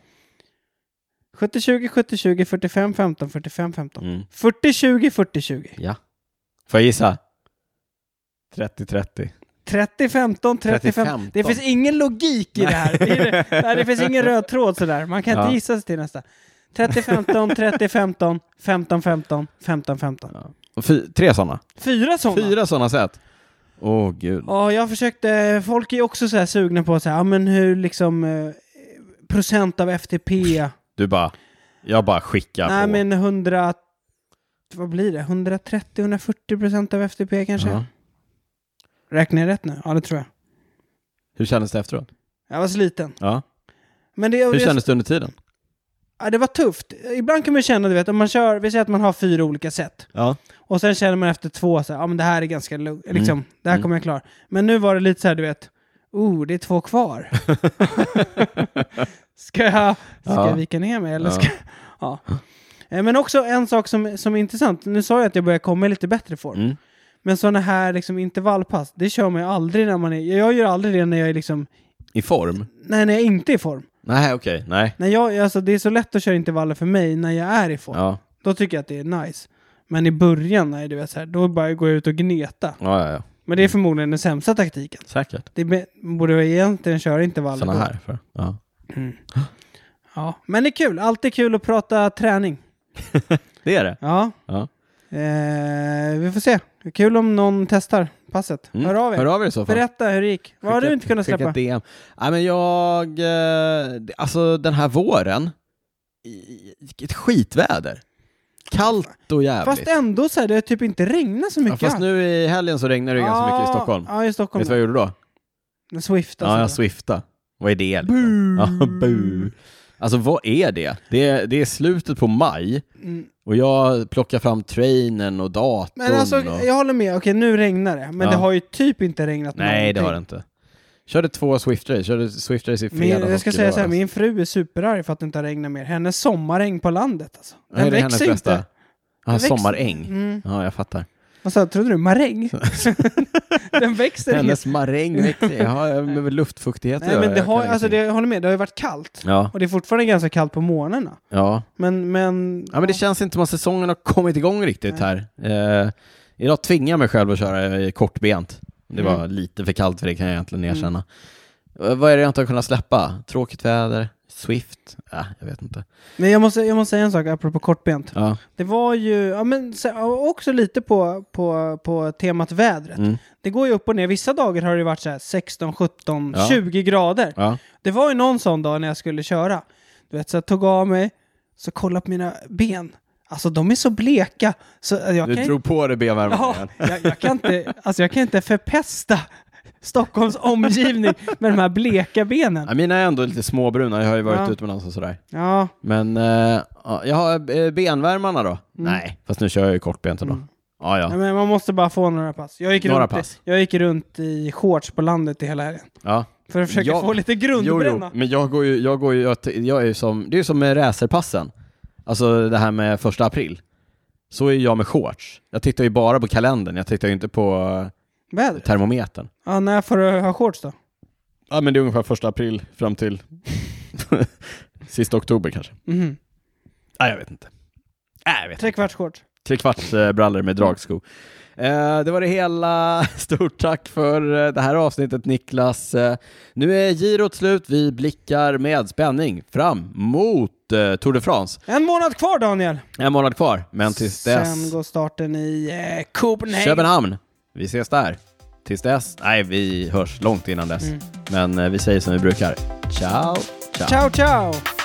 S2: 70-20, 70-20, 45-15, 45-15.
S1: Mm.
S2: 40-20, 40-20.
S1: Ja. Får jag gissa? 30-30.
S2: 30-15, 30-15.
S1: 30-15.
S2: Det finns ingen logik i det här. Det, är det, nej, det finns ingen röd tråd sådär. Man kan inte
S1: Ja.
S2: gissa sig till nästa. 30-15, 30-15, 15-15, 15-15.
S1: Och fy- tre sådana?
S2: Fyra sådana.
S1: Fyra sådana sätt? Åh, gud.
S2: Ja, jag försökte, folk är ju också så här sugna på så här, ja, men hur liksom eh, procent av FTP
S1: Du bara... Jag bara skickar
S2: Nej,
S1: på.
S2: men 100... Vad blir det? 130-140 procent av FTP kanske?
S1: Ja.
S2: Räknar jag rätt nu? Ja, det tror jag.
S1: Hur kändes det efteråt?
S2: Jag var sliten.
S1: Ja.
S2: Men det,
S1: Hur
S2: det,
S1: kändes det under tiden?
S2: ja, det var tufft. Ibland kan man känna, du vet, om man kör, vi säger att man har fyra olika sätt.
S1: Ja.
S2: Och sen känner man efter två så här, ja men det här är ganska lugnt, liksom, det här
S1: Mm.
S2: kommer jag klara. Men nu var det lite så här, du vet, oh, det är två kvar. ska jag, ska
S1: Ja.
S2: jag vika ner mig eller
S1: Ja.
S2: ska ja. Eh, Men också en sak som, som är intressant, nu sa jag att jag börjar komma i lite bättre form.
S1: Mm.
S2: Men sådana här liksom intervallpass, det kör man ju aldrig när man är... Jag gör aldrig det när jag är liksom...
S1: I form?
S2: Nej, när jag inte är i form.
S1: Nej, okej. Nej.
S2: När jag, alltså, det är så lätt att köra intervaller för mig när jag är i form.
S1: Ja.
S2: Då tycker jag att det är nice. Men i början, när du vet, så här, då bara går jag ut och gneta.
S1: Ja, ja, ja.
S2: Men det är förmodligen den sämsta taktiken.
S1: Säkert.
S2: Det är be- borde jag egentligen köra intervaller
S1: Såna
S2: då.
S1: här. För. Ja.
S2: Ja. Men det är kul. Alltid kul att prata träning.
S1: Det är det.
S2: Ja.
S1: Ja.
S2: Eh, vi får se. Kul om någon testar passet.
S1: Mm.
S2: Hör av er.
S1: Hör av er i så fall.
S2: Berätta hur det gick. Vad har
S1: Skicka-
S2: du inte kunnat
S1: skicka
S2: släppa?
S1: ett DM. Nej, men jag... eh, det- Alltså den här våren, i- i- vilket skitväder. Kallt och jävligt.
S2: Fast ändå så här, det har typ inte regnat så
S1: ja,
S2: mycket.
S1: fast nu i helgen så regnade det ganska mycket i Stockholm.
S2: Ja, i Stockholm.
S1: Vet du vad jag gjorde då?
S2: Men Swift
S1: Ja, jag
S2: alltså.
S1: swifta. Vad är det? Liksom? Ja, bu. Alltså vad är det? Det är, det är slutet på maj
S2: Mm.
S1: och jag plockar fram trainern och datorn.
S2: Men alltså,
S1: och...
S2: jag håller med. Okej, nu regnar det. Men
S1: Ja.
S2: det har ju typ inte regnat
S1: Nej, det har det
S2: någonting.
S1: inte. Körde två Swift-race. Körde Swift-race i fredags.
S2: Min, jag
S1: och
S2: ska
S1: i
S2: säga så här,
S1: lördags.
S2: min fru är superarg för att det inte har regnat mer. Hennes sommaräng på landet alltså. Den
S1: Nej, det är hennes
S2: växer
S1: bästa.
S2: inte.
S1: Ah,
S2: växer-
S1: sommaräng.
S2: Mm.
S1: Ja, jag fattar.
S2: Alltså, trodde du maräng? den växer inte.
S1: Hennes maräng växer. Ja, med luftfuktighet
S2: Nej,
S1: jag-
S2: men det
S1: jag
S2: har,
S1: kan
S2: alltså, det,
S1: ingenting.
S2: jag håller med, det har ju varit kallt.
S1: Ja,
S2: Och det är fortfarande ganska kallt på morgnarna.
S1: ja.
S2: Men, men...
S1: Ja, men det känns inte som att säsongen har kommit igång riktigt här. Eh, idag tvingar jag mig själv att köra eh, kortbent. Det var
S2: Mm.
S1: lite för kallt för det kan jag egentligen erkänna. Eh, Vad är det jag inte har kunnat släppa? Tråkigt väder? Swift? Äh, jag vet inte.
S2: Men jag måste, jag måste säga en sak apropå kortbent.
S1: Ja.
S2: Det var ju, ja men så- ja, också lite på, på, på temat vädret.
S1: Mm.
S2: Det går ju upp och ner. Vissa dagar har det varit så här 16, 17,
S1: Ja.
S2: 20 grader.
S1: Ja.
S2: Det var ju någon sån dag när jag skulle köra. Du vet, så jag tog av mig, så kollade på mina ben. Alltså de är så bleka. Så eh, jag
S1: Du
S2: kan,
S1: drog på dig benvärmen
S2: ja,
S1: igen.
S2: jag, jag, kan inte, alltså, jag kan inte förpesta Stockholms omgivning med de här bleka benen.
S1: Ja, mina är ändå lite småbruna, jag har ju varit
S2: Ja.
S1: utomlands och sådär.
S2: Ja,
S1: Men eh, ja, jag har eh, benvärmarna då? Nej, fast nu kör jag ju kortbent ändå. Ja,
S2: nej,
S1: ja.
S2: Mm. men man måste bara få några pass. Jag gick,
S1: Några
S2: runt,
S1: pass.
S2: I, jag gick runt i shorts på landet i hela helgen.
S1: ja.
S2: För att försöka
S1: Jag-
S2: få lite
S1: Jo, jo,
S2: grundbränna.
S1: men jag går ju, jag går ju, jag, t- jag är ju som, det är ju som med racerpassen. Alltså det här med första april. Så är jag med shorts. Jag tittar ju bara på kalendern, jag tittar ju inte på eh,
S2: Vädret.
S1: termometern.
S2: Ja, när får du ha shorts då?
S1: Ja men det är ungefär första april fram till sista oktober kanske.
S2: Mhm.
S1: Nej jag vet inte. Nej jag vet inte.
S2: Trekvarts shorts.
S1: Trekvarts eh, brallor
S2: Mm.
S1: med dragsko. Eh, det var det hela. Stort tack för eh, det här avsnittet Niklas. Eh, nu är girot slut. Vi blickar med spänning fram mot eh, Tour de France.
S2: En månad kvar Daniel!
S1: En månad kvar, men tills
S2: Sen
S1: dess
S2: går starten i eh, Copenhagen.
S1: Köpenhamn. Vi ses där. Tills dess, nej
S2: Mm.
S1: vi hörs långt innan dess. Men eh, vi säger som vi brukar. Ciao, ciao.
S2: Ciao, ciao!